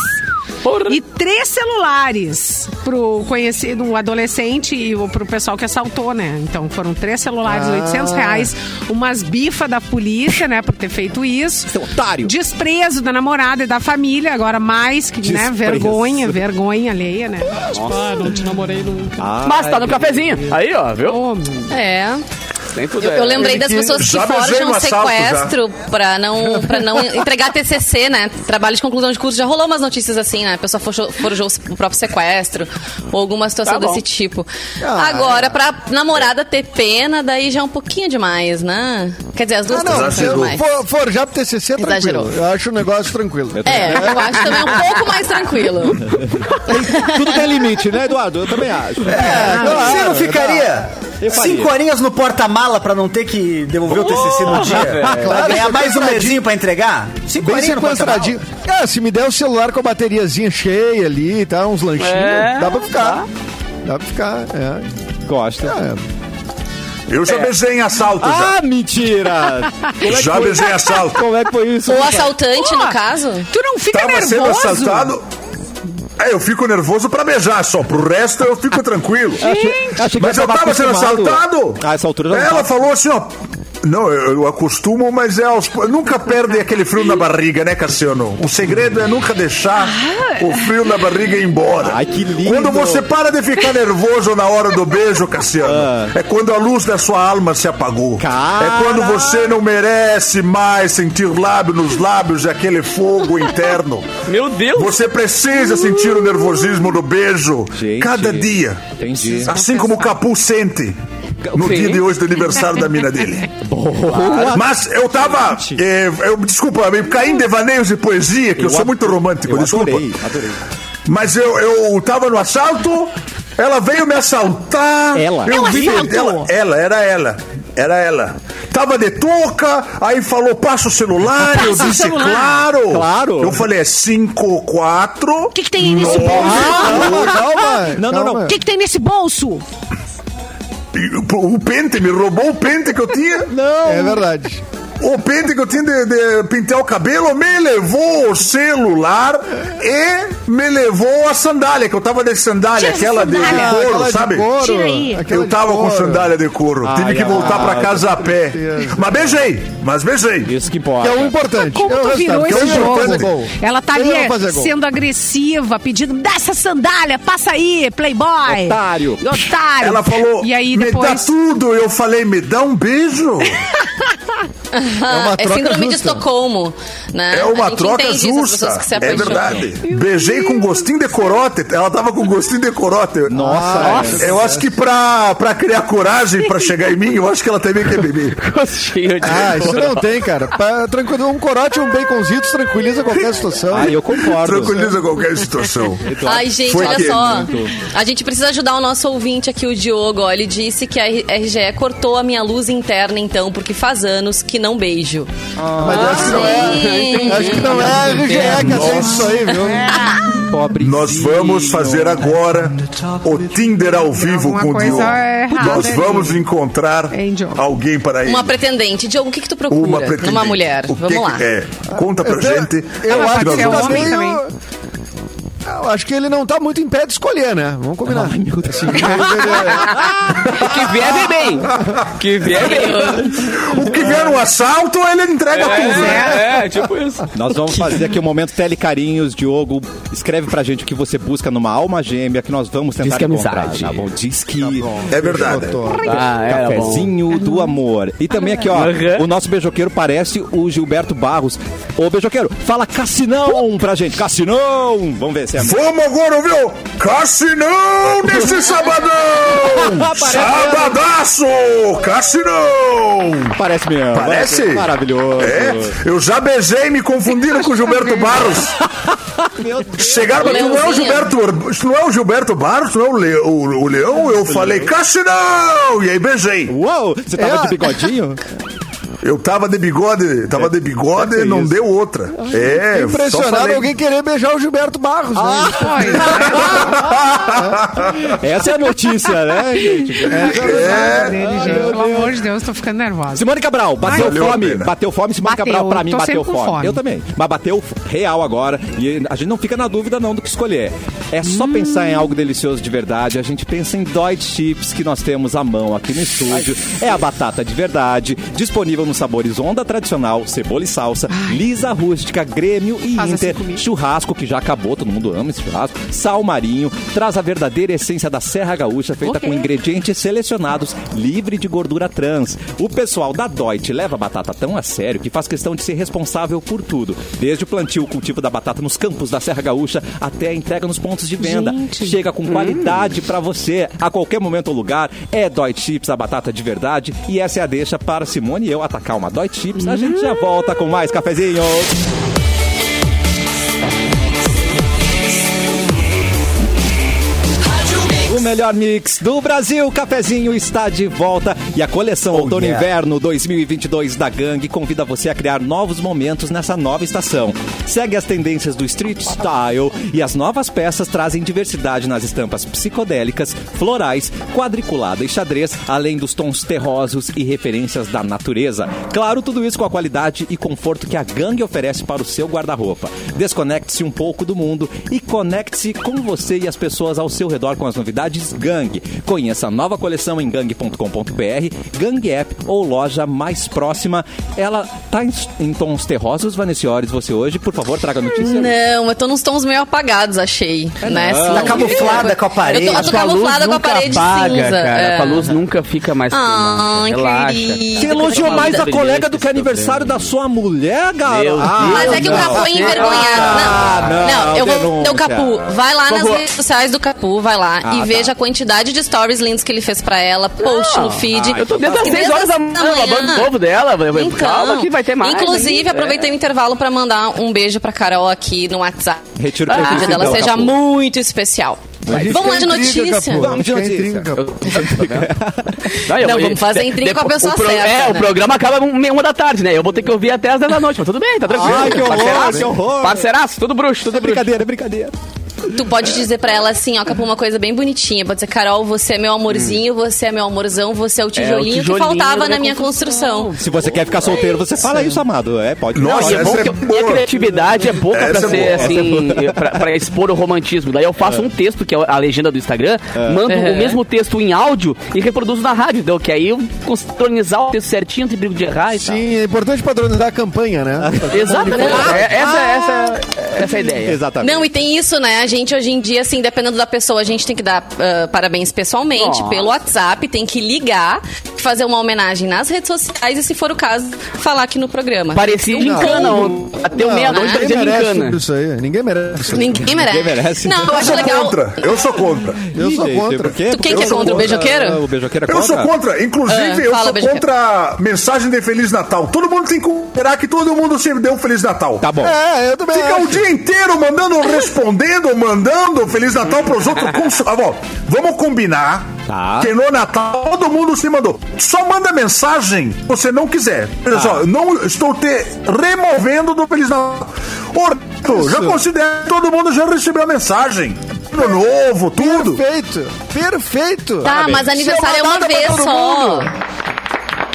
Speaker 3: Porra.
Speaker 2: e três celulares pro conhecido, um adolescente e o- pro pessoal que assaltou, né? Então foram três celulares, 800 reais, umas bifas da polícia, né, por ter feito isso.
Speaker 1: Seu otário.
Speaker 2: Desprezo da namorada e da família, agora mais que, né,
Speaker 1: Desprezo.
Speaker 2: vergonha, vergonha alheia, né?
Speaker 3: Mas tá no cafezinho. Aí, ó, viu?
Speaker 2: Ô,
Speaker 5: É.
Speaker 3: Tem tudo
Speaker 5: Eu,
Speaker 3: aí.
Speaker 5: eu lembrei das
Speaker 7: que-
Speaker 5: pessoas que
Speaker 6: É, já beijei
Speaker 5: forjam
Speaker 6: no assalto,
Speaker 5: sequestro pra não, pra não entregar TCC, né? Trabalho de conclusão de curso. Já rolou umas notícias assim, né? A pessoa forjou, forjou o próprio sequestro ou alguma
Speaker 3: Tá
Speaker 5: situação
Speaker 3: bom.
Speaker 5: desse tipo.
Speaker 6: Ah, é.
Speaker 5: Agora, pra namorada ter pena, daí já é um pouquinho demais, né? Quer dizer, as duas
Speaker 7: Ah, não,
Speaker 5: coisas são
Speaker 6: Exagerou.
Speaker 5: demais.
Speaker 7: for, forjar pro TCC é tranquilo.
Speaker 5: Exagerou.
Speaker 7: Eu acho o negócio tranquilo.
Speaker 5: É, eu acho também um pouco mais tranquilo.
Speaker 1: Tudo tem limite, né, Eduardo? Eu também acho.
Speaker 4: Você não ficaria
Speaker 1: Eu faria.
Speaker 4: É. cinco horinhas no porta-mala pra não ter que devolver o TCC no dia? pra ganhar mais um mesinho pra entregar? Cinco
Speaker 7: Bem
Speaker 4: horinhas no porta-mala?
Speaker 7: sequestradinho. Cara, se me der o celular com a bateriazinha cheia ali, tá? Uns lanchinhos,
Speaker 3: É,
Speaker 7: dá pra ficar. Dá pra ficar, é.
Speaker 1: Gosta.
Speaker 7: é.
Speaker 6: Eu
Speaker 5: É.
Speaker 6: já beijei em assalto,
Speaker 1: Ah, mentira!
Speaker 6: já. Já beijei em assalto.
Speaker 1: Como é que foi isso?
Speaker 5: Ou assaltante, no caso.
Speaker 6: é
Speaker 2: Tu não fica
Speaker 6: Tava
Speaker 2: nervoso?
Speaker 6: sendo assaltado. É, eu fico nervoso pra beijar só. Pro resto eu fico tranquilo.
Speaker 1: Ah, Achei que
Speaker 6: Mas
Speaker 1: já
Speaker 6: eu tava sendo
Speaker 1: acostumado.
Speaker 6: assaltado.
Speaker 1: Ah, essa altura não
Speaker 6: Ela
Speaker 1: tava.
Speaker 6: falou assim, ó. Não, eu, eu acostumo, mas é aos, nunca perde aquele frio na barriga, né, Cassiano? O segredo é nunca deixar o frio na barriga ir embora.
Speaker 1: Ah. Ai, que lindo.
Speaker 6: Quando você para de ficar nervoso na hora do beijo, Cassiano,
Speaker 1: Ah.
Speaker 6: é quando a luz da sua alma se apagou.
Speaker 1: Cara.
Speaker 6: É quando você não merece mais sentir lábio nos lábios e aquele fogo interno.
Speaker 3: Meu Deus.
Speaker 6: Você precisa sentir o nervosismo do beijo
Speaker 1: Gente.
Speaker 6: cada dia.
Speaker 1: Entendi.
Speaker 6: Assim como o Capu sente no
Speaker 3: Sim.
Speaker 6: dia de hoje do aniversário da mina dele. Mas eu tava. eh, eu, desculpa, eu caí em devaneios e poesia, que eu, sou muito romântico,
Speaker 1: Eu
Speaker 6: desculpa.
Speaker 1: adorei, adorei.
Speaker 6: Mas eu, eu tava no assalto, ela veio me assaltar.
Speaker 1: Ela?
Speaker 6: Eu
Speaker 1: Ela
Speaker 6: vi ela, ela, era ela. Era ela. Tava de touca, aí falou, passa o celular, eu
Speaker 2: Passa o
Speaker 6: disse,
Speaker 2: celular.
Speaker 6: claro.
Speaker 1: Claro.
Speaker 6: Eu falei, é 5, 4. O
Speaker 2: que que tem nisso,
Speaker 7: Calma, calma.
Speaker 1: Não, não, não.
Speaker 7: calma.
Speaker 2: O que, que tem nesse bolso?
Speaker 6: O pente, me roubou o pente que eu tinha.
Speaker 7: É verdade.
Speaker 6: O pente que eu tinha de, de pintar o cabelo me levou o celular e me levou a sandália, que eu tava de sandália,
Speaker 2: Tira essa
Speaker 6: aquela de, de
Speaker 2: sandália.
Speaker 6: couro,
Speaker 7: Aquela de
Speaker 6: sabe?
Speaker 7: couro,
Speaker 2: Ah, Tira aí.
Speaker 7: aquela
Speaker 6: Eu
Speaker 7: de
Speaker 6: tava com
Speaker 7: couro.
Speaker 6: sandália de couro. Tive
Speaker 1: Ai,
Speaker 6: que voltar
Speaker 1: ai,
Speaker 6: pra casa a pé.
Speaker 7: tristeza.
Speaker 6: Mas beijei, mas beijei.
Speaker 1: Isso que
Speaker 7: Que
Speaker 2: um
Speaker 1: importa.
Speaker 7: é o importante.
Speaker 2: Como
Speaker 7: é o
Speaker 2: tu virou
Speaker 7: resultado, que
Speaker 2: esse
Speaker 7: é o
Speaker 2: jogo?
Speaker 7: importante. Gol.
Speaker 2: Ela tá ali
Speaker 7: Ele não fazer gol.
Speaker 2: sendo agressiva, pedindo, dá essa sandália, passa aí, playboy.
Speaker 1: Otário.
Speaker 2: Otário.
Speaker 6: Ela falou,
Speaker 2: E aí
Speaker 6: me dá
Speaker 2: depois...
Speaker 6: tudo. Eu falei, me dá um beijo.
Speaker 7: uma
Speaker 5: É
Speaker 7: troca
Speaker 5: síndrome de
Speaker 7: justa.
Speaker 5: Estocolmo, né?
Speaker 6: É
Speaker 5: A
Speaker 6: uma
Speaker 5: gente
Speaker 6: troca
Speaker 5: entende isso, as
Speaker 6: justa.
Speaker 5: pessoas que se
Speaker 6: É
Speaker 5: apaixonam.
Speaker 6: verdade. Beijei com gostinho de corote. Ela tava com gostinho de corote. Ah,
Speaker 1: Nossa. Nossa.
Speaker 6: Eu acho que pra, pra criar coragem pra chegar em mim, eu acho que ela também quer beber.
Speaker 3: Gostinho de
Speaker 7: Ah, isso não tem, cara. Pra, tranquilo, um corote e um baconzitos tranquiliza qualquer situação.
Speaker 1: Ah, eu concordo.
Speaker 6: Tranquiliza qualquer situação.
Speaker 5: Ai, gente,
Speaker 6: Foi
Speaker 5: olha
Speaker 6: que-
Speaker 5: só. A gente precisa ajudar o nosso ouvinte aqui, o Diogo. ó. Ele disse que a RGE cortou a minha luz interna, então, porque faz anos que não beijo.
Speaker 7: Mas acho que não é. Acho que não é a RGE que aceita isso aí, viu?
Speaker 1: Pobrezinho.
Speaker 6: Nós vamos fazer agora o Tinder ao vivo
Speaker 2: Alguma
Speaker 6: com o
Speaker 2: coisa é
Speaker 6: Diogo.
Speaker 2: errada
Speaker 6: Nós
Speaker 2: ali.
Speaker 6: vamos encontrar
Speaker 2: Hein, Diogo?
Speaker 6: alguém para ele.
Speaker 5: Uma pretendente. Diogo, o que, que tu procura
Speaker 6: Uma pretendente.
Speaker 5: numa mulher?
Speaker 6: O que
Speaker 5: Vamos lá.
Speaker 6: que é? Conta pra gente.
Speaker 7: Eu
Speaker 2: Ela
Speaker 7: acho
Speaker 2: pode
Speaker 7: que
Speaker 2: ser
Speaker 7: tá
Speaker 2: é homem
Speaker 7: meio-
Speaker 2: também.
Speaker 7: Eu acho que ele não tá muito em pé de escolher, né? Vamos combinar. Assim,
Speaker 3: Que vier vem bem. Que vier vem bem.
Speaker 6: O que vier no assalto, ele entrega tudo. né?
Speaker 3: É, é, tipo isso.
Speaker 1: Nós vamos fazer aqui o um momento telecarinhos, Diogo. Escreve pra gente o que você busca numa alma gêmea que nós vamos tentar
Speaker 3: Diz que é
Speaker 1: encontrar.
Speaker 3: amizade.
Speaker 1: Tá bom? Diz que
Speaker 6: É verdade.
Speaker 3: Ah,
Speaker 1: é. Tá.
Speaker 3: era bom.
Speaker 1: cafezinho do amor. E também aqui, ó,
Speaker 3: Aham.
Speaker 1: o nosso beijoqueiro parece o Gilberto Barros. Ô, beijoqueiro, fala Cassinão pra gente. Cassinão! Vamos ver se é
Speaker 6: Vamos agora ouvir o Cassinão nesse sabadão! Sabadaço! Cassinão!
Speaker 1: Parece mesmo.
Speaker 6: Parece?
Speaker 1: Maravilhoso.
Speaker 6: É, eu já beijei e me confundiram com o Gilberto Barros. Chegaram pra mim, tu não é o
Speaker 5: Leãozinho.
Speaker 6: Gilberto, tu não é o Gilberto Barros, tu não é o, Le, o, o Leão? Eu falei, Cassinão! E aí beijei.
Speaker 1: Uou, você tava
Speaker 7: É.
Speaker 1: de bigodinho?
Speaker 6: Eu tava de bigode, tava de bigode,
Speaker 1: deve ser
Speaker 6: não
Speaker 1: isso.
Speaker 6: deu outra. É,
Speaker 7: É
Speaker 6: só
Speaker 7: impressionado
Speaker 6: falei-
Speaker 7: alguém querer beijar o Gilberto Barros. né?
Speaker 1: Essa é a notícia, né, gente?
Speaker 2: É. Dele, gente. Pelo amor de Deus, tô ficando nervosa.
Speaker 1: Simone Cabral, bateu
Speaker 6: Valeu a
Speaker 1: fome.
Speaker 6: pena.
Speaker 1: Bateu fome, Simone
Speaker 2: Bateu,
Speaker 1: Cabral, pra mim,
Speaker 2: tô
Speaker 1: bateu
Speaker 2: sempre com
Speaker 1: fome.
Speaker 2: fome.
Speaker 1: Eu também. Mas bateu real agora. E a gente não fica na dúvida, não, do que escolher. É só pensar
Speaker 2: Hum.
Speaker 1: em algo delicioso de verdade. A gente pensa em Deutsche Chips, que nós temos à mão aqui no estúdio. É a batata de verdade, disponível nos sabores onda tradicional, cebola e salsa, lisa rústica, grêmio e
Speaker 2: Faz assim
Speaker 1: Inter,
Speaker 2: comigo.
Speaker 1: churrasco, que já acabou, todo mundo ama esse churrasco, sal marinho, traz a verdadeira essência da Serra Gaúcha, feita
Speaker 2: Ok.
Speaker 1: com ingredientes selecionados, livre de gordura trans. O pessoal da Deutsche leva a batata tão a sério que faz questão de ser responsável por tudo. Desde o plantio, o cultivo da batata nos campos da Serra Gaúcha, até a entrega nos pontos de venda.
Speaker 2: Gente. Hum.
Speaker 1: Chega com qualidade pra você, a qualquer momento ou lugar. É Deutsche Chips, a batata de verdade. E essa é a deixa para Simone e eu atacar uma Deutsche Chips. A gente
Speaker 2: Hum.
Speaker 1: já volta com mais cafezinho. O melhor mix do Brasil, cafezinho está de volta e a coleção Outono e
Speaker 4: yeah.
Speaker 1: Inverno 2022 da Gang convida você a criar novos momentos nessa nova estação. Segue as tendências do street style e as novas peças trazem diversidade nas estampas psicodélicas, florais, quadriculada e xadrez, além dos tons terrosos e referências da natureza. Claro, tudo isso com a qualidade e conforto que a Gang oferece para o seu guarda-roupa. Desconecte-se um pouco do mundo e conecte-se com você e as pessoas ao seu redor com as novidades Gang. Conheça a nova coleção em gang.com.br, Gang App ou loja mais próxima. Ela tá em, em tons terrosos, Vanessiores, você hoje, por favor, traga a notícia.
Speaker 3: Né.
Speaker 5: Não, eu tô nos tons meio apagados, achei. né?
Speaker 1: não.
Speaker 5: Sim.
Speaker 4: Tá camuflada com a parede.
Speaker 5: Eu tô, eu
Speaker 4: Acho
Speaker 5: tô
Speaker 4: que a luz
Speaker 5: camuflada com a
Speaker 3: nunca
Speaker 5: parede
Speaker 3: apaga,
Speaker 5: cinza.
Speaker 3: Cara.
Speaker 5: é.
Speaker 3: A luz nunca fica mais
Speaker 5: Ah,
Speaker 3: queimada.
Speaker 5: querida.
Speaker 3: Relaxa.
Speaker 1: Você elogiou mais a
Speaker 3: Maravilhoso
Speaker 1: colega do
Speaker 3: esse
Speaker 1: que aniversário da
Speaker 3: programa.
Speaker 1: sua mulher, Ah,
Speaker 3: Meu
Speaker 1: garoto?
Speaker 3: Deus.
Speaker 5: Mas é que o
Speaker 3: não.
Speaker 5: Capu é envergonhado.
Speaker 1: Ah,
Speaker 5: não,
Speaker 1: não,
Speaker 5: não, eu vou.
Speaker 1: denúncia.
Speaker 5: Não, Capu, vai lá nas
Speaker 3: favor.
Speaker 5: redes sociais do Capu, vai lá
Speaker 1: Ah,
Speaker 5: e
Speaker 1: tá.
Speaker 5: veja a quantidade de stories lindos que ele fez pra ela, post no feed.
Speaker 3: Ah, Eu tô dentro às
Speaker 5: E assim
Speaker 3: 6
Speaker 5: desde
Speaker 3: horas da
Speaker 5: essa
Speaker 3: manhã, babando o povo dela. Calma que vai ter mais.
Speaker 5: Então,
Speaker 3: É.
Speaker 5: Inclusive,
Speaker 3: ainda.
Speaker 5: aproveitei o intervalo pra mandar um beijo pra Carol aqui no WhatsApp.
Speaker 1: Retiro o
Speaker 5: que a
Speaker 1: prefixo,
Speaker 5: vida dela
Speaker 1: então,
Speaker 5: seja
Speaker 1: Capu.
Speaker 5: muito especial. Vamos lá de
Speaker 3: é
Speaker 5: notícia.
Speaker 1: Vamos de notícia.
Speaker 3: É. Não, eu-
Speaker 5: Não, vamos fazer
Speaker 3: de-
Speaker 5: intriga
Speaker 3: de-
Speaker 5: com a pessoa
Speaker 3: o pro-
Speaker 5: certa,
Speaker 3: É, o
Speaker 5: né?
Speaker 3: programa acaba um- meia uma da tarde, né? Eu vou ter que ouvir até as 10 da noite, mas tudo bem, tá tranquilo.
Speaker 1: Ai, que horror,
Speaker 3: Parceiraço,
Speaker 1: que horror.
Speaker 3: Parceiraço, tudo bruxo, tudo
Speaker 1: É
Speaker 3: bruxo.
Speaker 1: brincadeira, é brincadeira.
Speaker 5: Tu pode dizer pra ela assim, ó, Capu, uma coisa bem bonitinha. Pode dizer, Carol, você é meu amorzinho, você é meu amorzão, você é o tijolinho,
Speaker 3: Hum. tijolinho né, da
Speaker 5: que faltava na
Speaker 3: minha
Speaker 5: minha construção.
Speaker 1: Se você quer ficar solteiro, você fala isso, amado. É, pode.
Speaker 6: Nossa,
Speaker 1: Pode.
Speaker 3: E é bom
Speaker 6: Essa
Speaker 3: que
Speaker 6: é
Speaker 3: a minha
Speaker 6: boa.
Speaker 3: criatividade é pouca
Speaker 6: Essa
Speaker 3: pra
Speaker 6: é
Speaker 3: ser,
Speaker 6: boa.
Speaker 3: assim, pra, pra expor o romantismo. Daí eu faço um texto, que é a legenda do Instagram, mando o mesmo texto em áudio e reproduzo na rádio, entendeu? Que aí eu consigo tonizar o texto certinho, não tem brigo de errar e
Speaker 7: Sim, é importante padronizar a campanha, né?
Speaker 3: tal. Exato, né? É- essa, essa, essa é a ideia.
Speaker 1: Exatamente.
Speaker 5: Não, e tem isso, né? A gente hoje em dia, assim, dependendo da pessoa, a gente tem que dar ah, parabéns pessoalmente,
Speaker 3: Nossa.
Speaker 5: pelo WhatsApp, tem que ligar, fazer uma homenagem nas redes sociais e, se for o caso, falar aqui no programa.
Speaker 3: Parecia um gincana ontem. Até o meia-noite
Speaker 5: né?
Speaker 7: Ninguém
Speaker 3: parecia
Speaker 7: merece
Speaker 3: gincana.
Speaker 7: tudo isso aí. Ninguém merece. isso aí.
Speaker 5: Ninguém merece.
Speaker 1: Ninguém merece. é
Speaker 5: Não, eu
Speaker 6: Eu
Speaker 5: acho
Speaker 6: sou
Speaker 5: legal.
Speaker 6: contra, eu sou contra.
Speaker 7: Eu sou
Speaker 1: Ih,
Speaker 7: contra.
Speaker 1: por tipo, quê?
Speaker 5: Tu- quem
Speaker 1: Eu
Speaker 5: que é
Speaker 1: sou
Speaker 5: contra? O beijoqueiro?
Speaker 1: O beijoqueiro é
Speaker 6: Eu sou contra. Inclusive,
Speaker 5: Ah,
Speaker 6: eu
Speaker 5: fala,
Speaker 6: sou
Speaker 5: beijo,
Speaker 6: contra a mensagem de Feliz Natal. Todo mundo tem que considerar que todo mundo sempre deu um Feliz Natal.
Speaker 1: Tá bom.
Speaker 7: É, eu também
Speaker 6: Fica
Speaker 7: acho.
Speaker 6: o dia inteiro mandando, respondendo, mandando Feliz Natal pros outros. Com... Ah, bom, vamos combinar
Speaker 1: Tá.
Speaker 6: que no Natal todo mundo se mandou. Só manda mensagem se você não quiser. Olha
Speaker 7: Tá.
Speaker 6: só, não estou te removendo do Feliz Natal. Orto, já considera que todo mundo já recebeu a mensagem. Ano novo, tudo.
Speaker 7: Perfeito. Perfeito.
Speaker 5: Tá, mas aniversário é
Speaker 7: Isso é uma
Speaker 5: uma
Speaker 7: data pra
Speaker 5: vez
Speaker 7: todo
Speaker 5: só.
Speaker 7: mundo.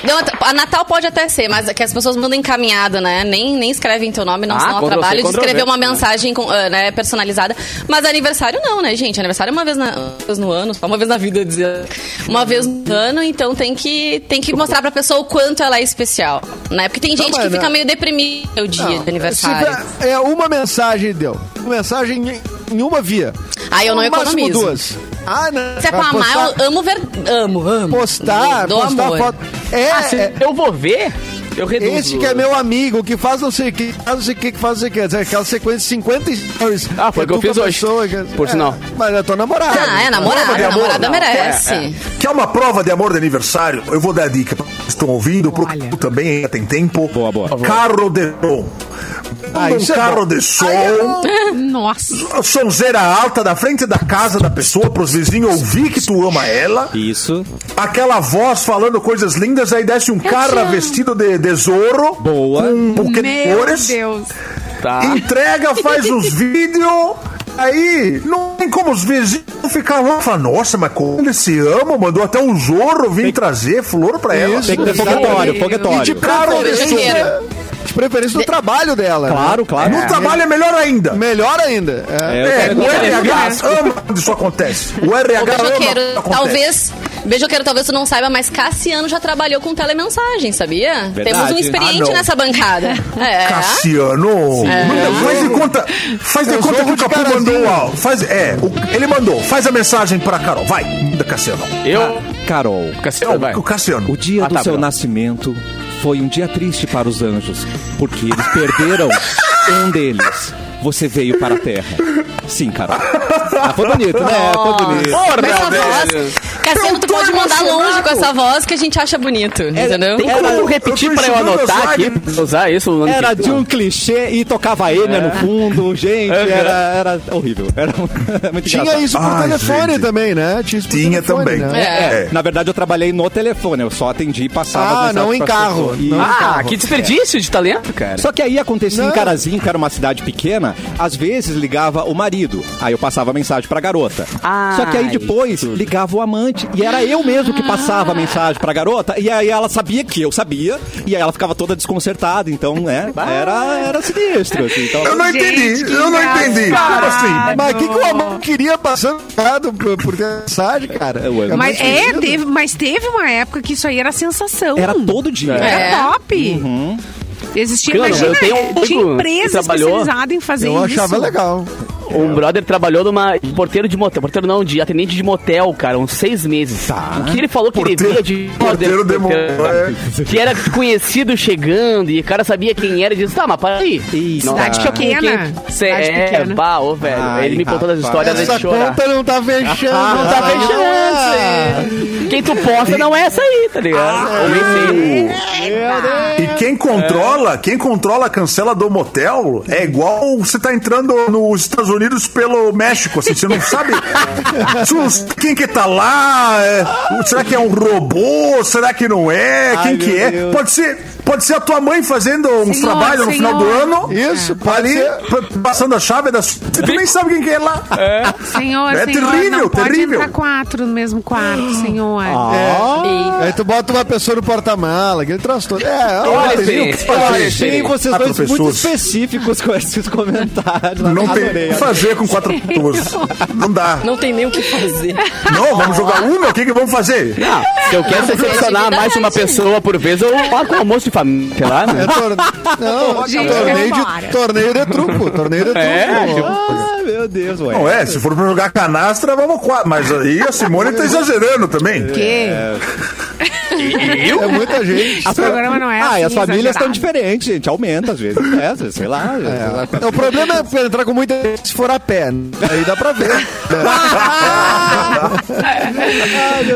Speaker 5: Não, a Natal pode até ser, mas é que as pessoas mandam encaminhada, né? Nem, nem escrevem teu nome, não
Speaker 3: Ah,
Speaker 5: se dão ao
Speaker 3: Ctrl+C,
Speaker 5: trabalho de
Speaker 3: Ctrl+V,
Speaker 5: escrever uma
Speaker 3: né?
Speaker 5: mensagem com, ah, né, personalizada. Mas aniversário não, né, gente? Aniversário é uma vez, na- uma vez no ano, só uma vez na vida, dizer. Uma vez no ano, então tem que, tem que mostrar pra pessoa o quanto ela é especial, né? Porque tem gente
Speaker 7: mas
Speaker 5: que
Speaker 7: não-
Speaker 5: fica meio deprimida o dia de aniversário.
Speaker 7: Se tiver- é uma mensagem, deu. Uma mensagem em- em uma via.
Speaker 5: Aí eu Então não
Speaker 7: No máximo
Speaker 5: economizo.
Speaker 7: duas. Ah, não.
Speaker 5: Se é pra
Speaker 7: Ah,
Speaker 5: amar,
Speaker 7: postar-
Speaker 5: eu amo ver. Amo, amo.
Speaker 7: Postar,
Speaker 5: Dou
Speaker 7: postar
Speaker 5: amor.
Speaker 7: foto. É,
Speaker 3: Ah, se
Speaker 7: é,
Speaker 3: eu vou ver. Eu reduzo.
Speaker 7: Esse que é meu amigo, que faz não sei o que, que faz não sei o que, que faz não sei o que. Aquela sequência de 50 stories.
Speaker 3: Ah, foi o que eu
Speaker 7: tu
Speaker 3: fiz
Speaker 7: com a
Speaker 3: hoje.
Speaker 7: pessoa que-
Speaker 3: Por
Speaker 7: é,
Speaker 3: sinal.
Speaker 7: Mas é tua
Speaker 5: Ah,
Speaker 7: namorada.
Speaker 5: é
Speaker 6: Prova de
Speaker 5: namorada. A
Speaker 6: amor,
Speaker 5: namorada
Speaker 6: não.
Speaker 5: merece.
Speaker 6: Que é uma prova de amor de aniversário. Eu vou dar a dica pra vocês que estão ouvindo, pro
Speaker 2: Olha.
Speaker 6: tu também ainda tem tempo.
Speaker 1: Boa, boa.
Speaker 6: Carro de som.
Speaker 7: Ah,
Speaker 6: um
Speaker 7: isso é
Speaker 6: carro
Speaker 7: bom.
Speaker 6: de som.
Speaker 2: Nossa.
Speaker 6: a sonzeira alta da frente da casa da pessoa, pros vizinhos ouvir que tu ama ela.
Speaker 1: Isso.
Speaker 6: Aquela voz falando coisas lindas, aí desce um cara vestido de tesouro.
Speaker 1: Boa.
Speaker 6: Com um buquê de
Speaker 2: Meu
Speaker 6: flores.
Speaker 2: Deus.
Speaker 3: Tá.
Speaker 6: Entrega, faz os vídeos. Aí, não tem como os vizinhos ficar lá. Fala, nossa, mas como eles se amam, mandou até um zorro vir trazer flor pra ela.
Speaker 7: Isso.
Speaker 1: Tem que ter foguetório, foguetório.
Speaker 6: Claro,
Speaker 5: Dinheiro.
Speaker 7: De preferência no trabalho dela. né?
Speaker 1: Claro, claro.
Speaker 6: no trabalho é melhor ainda.
Speaker 7: Melhor ainda. É.
Speaker 1: É, eu
Speaker 6: É,
Speaker 1: quero-
Speaker 6: o RH ama quando isso acontece. O RH
Speaker 5: O
Speaker 6: ama
Speaker 5: beijoqueiro,
Speaker 6: quando acontece.
Speaker 5: talvez. Beijoqueiro, talvez tu não saiba, mas Cassiano já trabalhou com telemensagem, sabia?
Speaker 1: Verdade.
Speaker 5: Temos um
Speaker 6: Ah,
Speaker 5: experiente
Speaker 6: não.
Speaker 5: nessa bancada. É.
Speaker 6: Cassiano, manda- faz de conta, faz de
Speaker 7: Eu
Speaker 6: conta que
Speaker 7: sou
Speaker 6: o
Speaker 7: de
Speaker 6: Capu
Speaker 7: Carazinho.
Speaker 6: mandou, ó, faz, é, o- ele mandou, faz a mensagem pra Carol, vai, manda Cassiano,
Speaker 3: Eu.
Speaker 1: Carol,
Speaker 3: Cassiano, vai.
Speaker 6: o Cassiano,
Speaker 1: o dia
Speaker 3: Ah,
Speaker 1: do
Speaker 3: tá,
Speaker 1: seu
Speaker 3: pronto.
Speaker 1: nascimento foi um dia triste para os anjos, porque eles perderam um deles. Você veio para a Terra. Sim, Carol. Ah, foi bonito, né? Foi bonito.
Speaker 5: Mas essa voz, Cassiano, tu
Speaker 6: tô
Speaker 5: pode mandar
Speaker 6: emocionado. É,
Speaker 5: longe com essa voz que a gente acha bonito, entendeu?
Speaker 3: Tem como eu repetir
Speaker 6: eu tô
Speaker 3: pra eu
Speaker 6: enxugando as
Speaker 3: anotar aqui?
Speaker 6: lágrimas.
Speaker 3: Usar isso no ano que
Speaker 1: Era
Speaker 3: vem?
Speaker 1: de um clichê e tocava a
Speaker 7: É.
Speaker 1: Enya no fundo. Gente,
Speaker 3: É.
Speaker 1: era, era horrível. Era muito
Speaker 7: Tinha
Speaker 1: engraçado.
Speaker 7: isso por
Speaker 6: Ai,
Speaker 7: telefone
Speaker 6: gente.
Speaker 7: também, né? Tinha isso por
Speaker 6: tinha
Speaker 7: telefone,
Speaker 6: também,
Speaker 7: né?
Speaker 1: É,
Speaker 6: é,
Speaker 1: Na verdade, eu trabalhei no telefone, eu só atendi e passava.
Speaker 7: Ah,
Speaker 1: as mensagens
Speaker 7: não em
Speaker 1: pras
Speaker 7: carro.
Speaker 1: pessoas.
Speaker 7: Não em
Speaker 3: Ah,
Speaker 7: carro.
Speaker 3: que desperdício de talento, cara.
Speaker 1: Só que aí acontecia em
Speaker 7: Não.
Speaker 1: Carazinho, que era uma cidade pequena, às vezes ligava o marido. Aí eu passava a mensagem pra garota.
Speaker 3: Ah,
Speaker 1: Só que aí depois ligava o amante. E era eu mesmo que passava a mensagem pra garota. E aí ela sabia que eu sabia. E aí ela ficava toda desconcertada. Então, né? Era, era sinistro. assim. Então,
Speaker 6: eu não
Speaker 2: Gente,
Speaker 6: entendi,
Speaker 2: que
Speaker 6: eu não entendi, como
Speaker 2: É.
Speaker 6: assim?
Speaker 7: Mas o que, que o amor queria passando errado por, por mensagem, cara?
Speaker 1: É, ué,
Speaker 7: mais
Speaker 2: Mas, é,
Speaker 7: fodido.
Speaker 2: teve, mas teve uma época que isso aí era sensação.
Speaker 1: era todo dia.
Speaker 2: Era
Speaker 5: É.
Speaker 2: top. Existia,
Speaker 3: Claro,
Speaker 2: imagina,
Speaker 3: eu tenho um
Speaker 2: tinha
Speaker 3: amigo que
Speaker 2: empresa
Speaker 3: trabalhou.
Speaker 2: especializada em fazer
Speaker 7: Eu
Speaker 2: isso.
Speaker 7: achava legal.
Speaker 3: Um brother trabalhou numa de porteiro de motel, porteiro não, de atendente de motel, cara, uns seis meses. O que ele falou que
Speaker 6: Porteiro-
Speaker 3: ele via de
Speaker 6: porteiro de motel, é.
Speaker 3: que era conhecido chegando e o cara sabia quem era e disse, tá, mas para aí.
Speaker 1: Eita.
Speaker 2: Cidade pequena.
Speaker 3: Cê
Speaker 2: Cidade
Speaker 3: é,
Speaker 2: pequena.
Speaker 3: pá, ô, velho.
Speaker 1: Ai,
Speaker 3: ele me contou as
Speaker 1: rapaz.
Speaker 3: histórias né,
Speaker 7: Essa
Speaker 3: de chorar.
Speaker 7: conta não tá fechando.
Speaker 3: Não tá fechando. Quem tu posta não é essa aí, tá ligado? Ou enfim.
Speaker 6: E quem controla, quem controla a cancela do motel é igual você tá entrando nos Estados Unidos pelo México, assim, você não sabe Sus- quem que tá lá, é, o- será que é um robô, será que não é, quem
Speaker 1: Ai,
Speaker 6: que
Speaker 1: meu
Speaker 6: é,
Speaker 1: Deus.
Speaker 6: pode ser, pode ser a tua mãe fazendo uns
Speaker 2: Senhor,
Speaker 6: trabalhos no
Speaker 2: senhor.
Speaker 6: final do ano,
Speaker 7: Isso, pode
Speaker 6: ali,
Speaker 7: ser.
Speaker 6: p- passando a chave da su- tu nem sabe quem que é lá,
Speaker 2: Senhor,
Speaker 6: É
Speaker 2: senhor,
Speaker 6: terrível,
Speaker 2: não pode
Speaker 6: terrível.
Speaker 2: entrar quatro no mesmo quarto, senhor.
Speaker 7: Ah, Aí tu bota uma pessoa no porta-mala, aquele transtorno. É,
Speaker 3: Olha,
Speaker 7: olha,
Speaker 3: gente,
Speaker 7: viu?
Speaker 3: olha,
Speaker 7: Olha,
Speaker 3: gente.
Speaker 1: Achei vocês
Speaker 6: Ah,
Speaker 1: dois muito
Speaker 6: professores.
Speaker 1: específicos com esses comentários.
Speaker 6: não tem
Speaker 1: Adorei,
Speaker 6: o que fazer com quatro pessoas, não dá,
Speaker 5: Não tem nem o que fazer.
Speaker 6: não, vamos jogar uma, o que que vamos fazer?
Speaker 3: Não, se eu quero decepcionar mais de uma pessoa por vez, eu marco um almoço de família, sei lá.
Speaker 7: É
Speaker 3: Né?
Speaker 7: torne... Não,
Speaker 2: Gente,
Speaker 7: torneio,
Speaker 2: vambora.
Speaker 7: de... torneio de truco. Torneio de truco.
Speaker 3: É, tipo-
Speaker 1: Ah, meu Deus, ué.
Speaker 6: Não é, se for pra jogar canastra, vamos quatro. Mas aí a Simone tá exagerando também.
Speaker 2: Que?
Speaker 7: É muita gente.
Speaker 2: O programa não é
Speaker 1: ah,
Speaker 2: assim,
Speaker 1: e as famílias estão
Speaker 2: exagerado.
Speaker 1: diferentes, gente. Aumenta às vezes. É, às vezes, sei lá.
Speaker 7: É, O problema é entrar com muita gente se for a pé. né? Aí dá pra ver.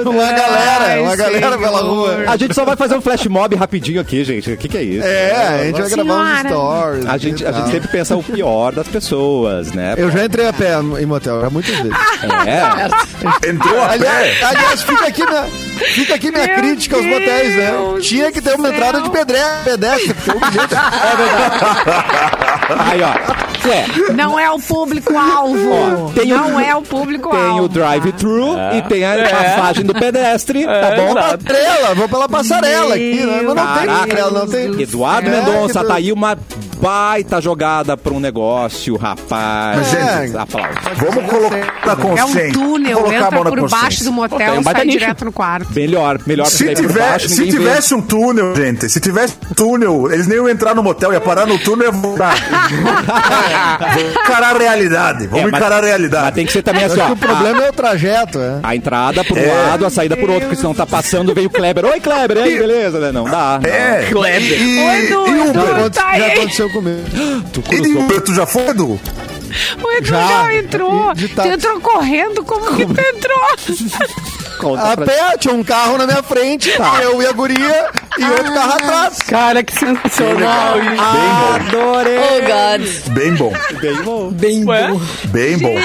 Speaker 7: uma galera, uma
Speaker 2: Ai,
Speaker 7: galera
Speaker 2: senhor.
Speaker 7: pela rua.
Speaker 1: A gente só vai fazer um flash mob rapidinho aqui, gente. O que, que é isso?
Speaker 7: É, a gente vai gravar uns
Speaker 2: Senhora.
Speaker 7: stories.
Speaker 1: A gente, a
Speaker 7: e
Speaker 1: gente
Speaker 7: tal.
Speaker 1: sempre pensa o pior das pessoas, né?
Speaker 7: Eu já entrei a pé em motel, já muitas vezes. É.
Speaker 1: É.
Speaker 6: Entrou a
Speaker 7: Aliás,
Speaker 6: pé.
Speaker 7: aliás, fica aqui minha, fica aqui minha
Speaker 2: Meu
Speaker 7: crítica aos motéis, né?
Speaker 2: Deus
Speaker 7: Tinha
Speaker 2: do
Speaker 7: que ter uma
Speaker 2: céu.
Speaker 7: entrada de pedre, pedestre, porque um bilhete.
Speaker 1: Aí, ó. É,
Speaker 2: Não é o público-alvo.
Speaker 1: tem o-
Speaker 2: não é o público-alvo.
Speaker 1: tem o drive-thru
Speaker 6: É.
Speaker 1: e tem a passagem do pedestre, tá bom?
Speaker 3: exato.
Speaker 7: Trela, vou pela passarela aqui, né? Mas não tem
Speaker 1: Caraca.
Speaker 7: trela, não tem.
Speaker 1: Eduardo
Speaker 7: É,
Speaker 1: Mendonça,
Speaker 7: que-
Speaker 1: tá aí uma baita jogada para um negócio, rapaz.
Speaker 7: É.
Speaker 1: Gente, Aplausos.
Speaker 6: Vamos colocar na
Speaker 2: É um
Speaker 6: consciência.
Speaker 2: túnel,
Speaker 6: Vamos colocar a mão
Speaker 2: entra
Speaker 6: na
Speaker 2: por baixo
Speaker 6: consciência.
Speaker 2: do motel
Speaker 3: Tem um
Speaker 2: e
Speaker 3: baita
Speaker 2: sai
Speaker 3: nicho.
Speaker 2: direto no quarto.
Speaker 1: Melhor, melhor pra
Speaker 6: Se,
Speaker 1: sair por
Speaker 6: tiver-
Speaker 1: baixo,
Speaker 6: se
Speaker 1: ninguém vê.
Speaker 6: tivesse um túnel, gente, se tivesse um túnel, eles nem iam entrar no motel, ia parar no túnel e ia voltar. Vamos encarar a realidade. Vamos
Speaker 1: É, mas-
Speaker 6: encarar a
Speaker 1: Mas
Speaker 6: realidade.
Speaker 1: tem que ser também assim,
Speaker 7: Acho
Speaker 1: ó.
Speaker 7: que o problema é o trajeto, é.
Speaker 1: A entrada por um
Speaker 6: É.
Speaker 1: lado, a saída por outro, porque senão tá passando, veio o Kleber. Oi, Kleber, aí, beleza, né? Não dá. não.
Speaker 6: É.
Speaker 3: Kleber.
Speaker 6: E,
Speaker 2: Oi, Edu,
Speaker 6: e
Speaker 2: Edu,
Speaker 7: Já
Speaker 6: Uber?
Speaker 7: aconte-
Speaker 2: tá
Speaker 7: já
Speaker 2: aí.
Speaker 7: aconteceu comigo.
Speaker 1: Tu
Speaker 6: E
Speaker 1: cruzou.
Speaker 6: Uber, tu já foi, Edu?
Speaker 2: O Edu
Speaker 7: Já.
Speaker 2: já entrou.
Speaker 7: E de
Speaker 2: Tu
Speaker 7: táxi.
Speaker 2: entrou correndo, como, que tu entrou?
Speaker 1: Conta
Speaker 7: A
Speaker 1: pra-
Speaker 7: pé, tinha um carro na minha frente,
Speaker 5: Tá.
Speaker 7: eu e a guria, e outro
Speaker 2: Ah.
Speaker 7: carro atrás.
Speaker 3: Cara, que sensacional.
Speaker 1: Adorei!
Speaker 6: É.
Speaker 5: Oh, God.
Speaker 6: Bem bom.
Speaker 1: Bem bom.
Speaker 3: Bem bom.
Speaker 6: Bem bom.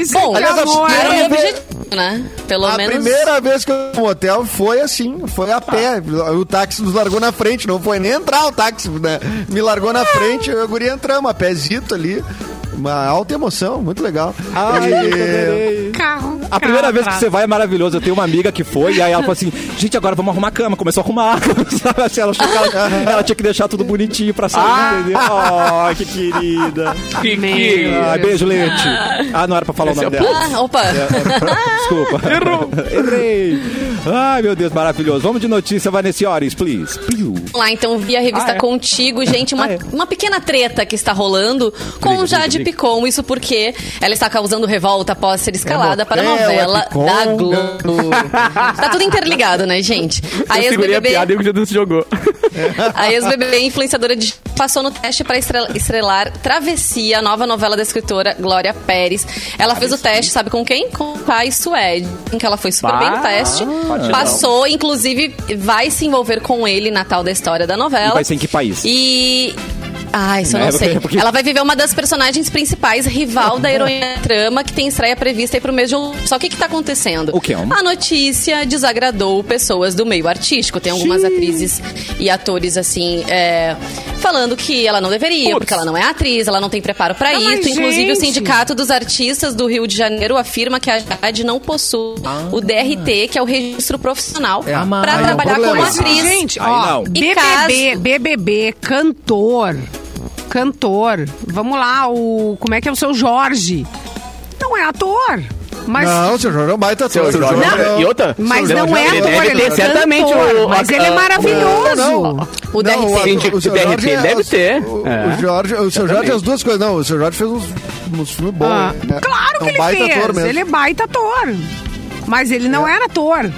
Speaker 2: Isso,
Speaker 5: Bom,
Speaker 7: Aliás,
Speaker 2: acabou,
Speaker 7: a
Speaker 5: Era
Speaker 2: é.
Speaker 5: o
Speaker 7: primeira vez-
Speaker 5: objetivo, né? Pelo
Speaker 7: A
Speaker 5: menos.
Speaker 7: primeira vez que eu fui no hotel foi assim, foi a pé. O táxi nos largou na frente, não foi nem entrar o táxi, né? Me largou na frente, eu e a guria entramos, a pézito ali. Uma alta emoção, muito legal.
Speaker 1: Ai,
Speaker 5: Ah,
Speaker 7: E-
Speaker 8: é.
Speaker 1: adorei.
Speaker 2: Carro,
Speaker 1: A primeira
Speaker 2: carro
Speaker 1: vez que
Speaker 2: atrás.
Speaker 1: você vai é maravilhoso. Eu tenho uma amiga que foi, e aí ela falou assim: gente, agora vamos arrumar a cama. Começou a arrumar. Sabe assim, ela, achou que ela, ela tinha que deixar tudo bonitinho pra sair, entendeu? Oh, que querida.
Speaker 3: Que, é
Speaker 2: Meu
Speaker 3: que...
Speaker 2: Deus.
Speaker 1: Ai, beijo, Lente. Ah, não era pra falar o nome dela.
Speaker 5: Ah, opa.
Speaker 1: Desculpa. Errou. Errei. Ai, meu Deus, maravilhoso. Vamos de notícia, Vanessa Ores, please. Piu.
Speaker 5: Vamos lá, então, via revista
Speaker 1: Ah, é?
Speaker 5: Contigo, gente, uma,
Speaker 1: Ah, é.
Speaker 5: uma pequena treta que está rolando com
Speaker 3: Briga,
Speaker 5: Jade
Speaker 3: briga, briga.
Speaker 5: Picon. Isso porque ela está causando revolta após ser escalada para a
Speaker 7: motel,
Speaker 5: novela
Speaker 7: é Picon,
Speaker 5: da
Speaker 7: é-
Speaker 5: Globo. tá tudo interligado, né, gente? A
Speaker 3: Eu segurei a
Speaker 5: ex-BBB
Speaker 3: piada e o Guilherme se jogou.
Speaker 5: A ex-BBB influenciadora de passou no teste para estrelar Travessia, a nova novela da escritora Glória Pérez. Ela fez o teste, sabe com quem? Com o pai Suede, em que ela foi super
Speaker 3: Bah,
Speaker 5: bem no teste.
Speaker 3: pode
Speaker 5: Passou, inclusive, vai se envolver com ele na tal da história da novela.
Speaker 1: E vai ser em que país?
Speaker 5: E... Ah, isso eu
Speaker 1: É,
Speaker 5: não
Speaker 1: porque-
Speaker 5: sei.
Speaker 1: porque-
Speaker 5: Ela vai viver uma das personagens principais, rival da heroína da trama, que tem estreia prevista aí pro mês de outubro. Só o que que tá acontecendo? Ah,
Speaker 1: O que é um-
Speaker 5: A notícia desagradou pessoas do meio artístico. Tem algumas atrizes e atores, assim, é, falando que ela não deveria, porque ela não é atriz, ela não tem preparo pra
Speaker 2: Ah, mas,
Speaker 5: isso. Inclusive, o
Speaker 2: gente!
Speaker 5: Sindicato dos Artistas do Rio de Janeiro afirma que a Jade não possui
Speaker 2: Ah.
Speaker 5: o DRT, que é o registro profissional, pra
Speaker 7: aí é um
Speaker 5: trabalhar como
Speaker 7: problema.
Speaker 5: atriz.
Speaker 2: Tá Gente,
Speaker 1: Aí
Speaker 2: ó,
Speaker 1: não.
Speaker 5: E
Speaker 2: BBB,
Speaker 5: caso-
Speaker 2: BBB, cantor, cantor. Vamos lá, o como é que é o seu Jorge? Não é ator, mas
Speaker 7: Não, seu Jorge é um baita ator.
Speaker 3: Seu
Speaker 7: Jorge
Speaker 3: Jorge-
Speaker 7: é um-
Speaker 3: E outra?
Speaker 2: Mas
Speaker 7: Seu
Speaker 2: não
Speaker 7: Jorge
Speaker 2: é
Speaker 7: ele
Speaker 2: ator,
Speaker 7: deve
Speaker 2: ele
Speaker 7: ter
Speaker 2: é
Speaker 3: certamente
Speaker 2: cantor,
Speaker 3: o-
Speaker 2: mas
Speaker 3: a-
Speaker 2: ele é
Speaker 3: a-
Speaker 2: maravilhoso.
Speaker 7: Não, não.
Speaker 5: O
Speaker 7: Não,
Speaker 5: DRT.
Speaker 7: ator-
Speaker 3: Gente,
Speaker 7: seu
Speaker 3: o DRT
Speaker 7: Jorge é-
Speaker 3: deve ter.
Speaker 7: O, o
Speaker 3: É.
Speaker 7: Jorge, o seu Jorge, as duas coisas. Não, o seu Jorge fez uns, uns filmes bons.
Speaker 2: Ah,
Speaker 7: né?
Speaker 2: Claro
Speaker 7: É um
Speaker 2: que ele
Speaker 7: baita
Speaker 2: fez.
Speaker 7: ator mesmo. É.
Speaker 2: Ele é baita ator. Mas ele não era ator.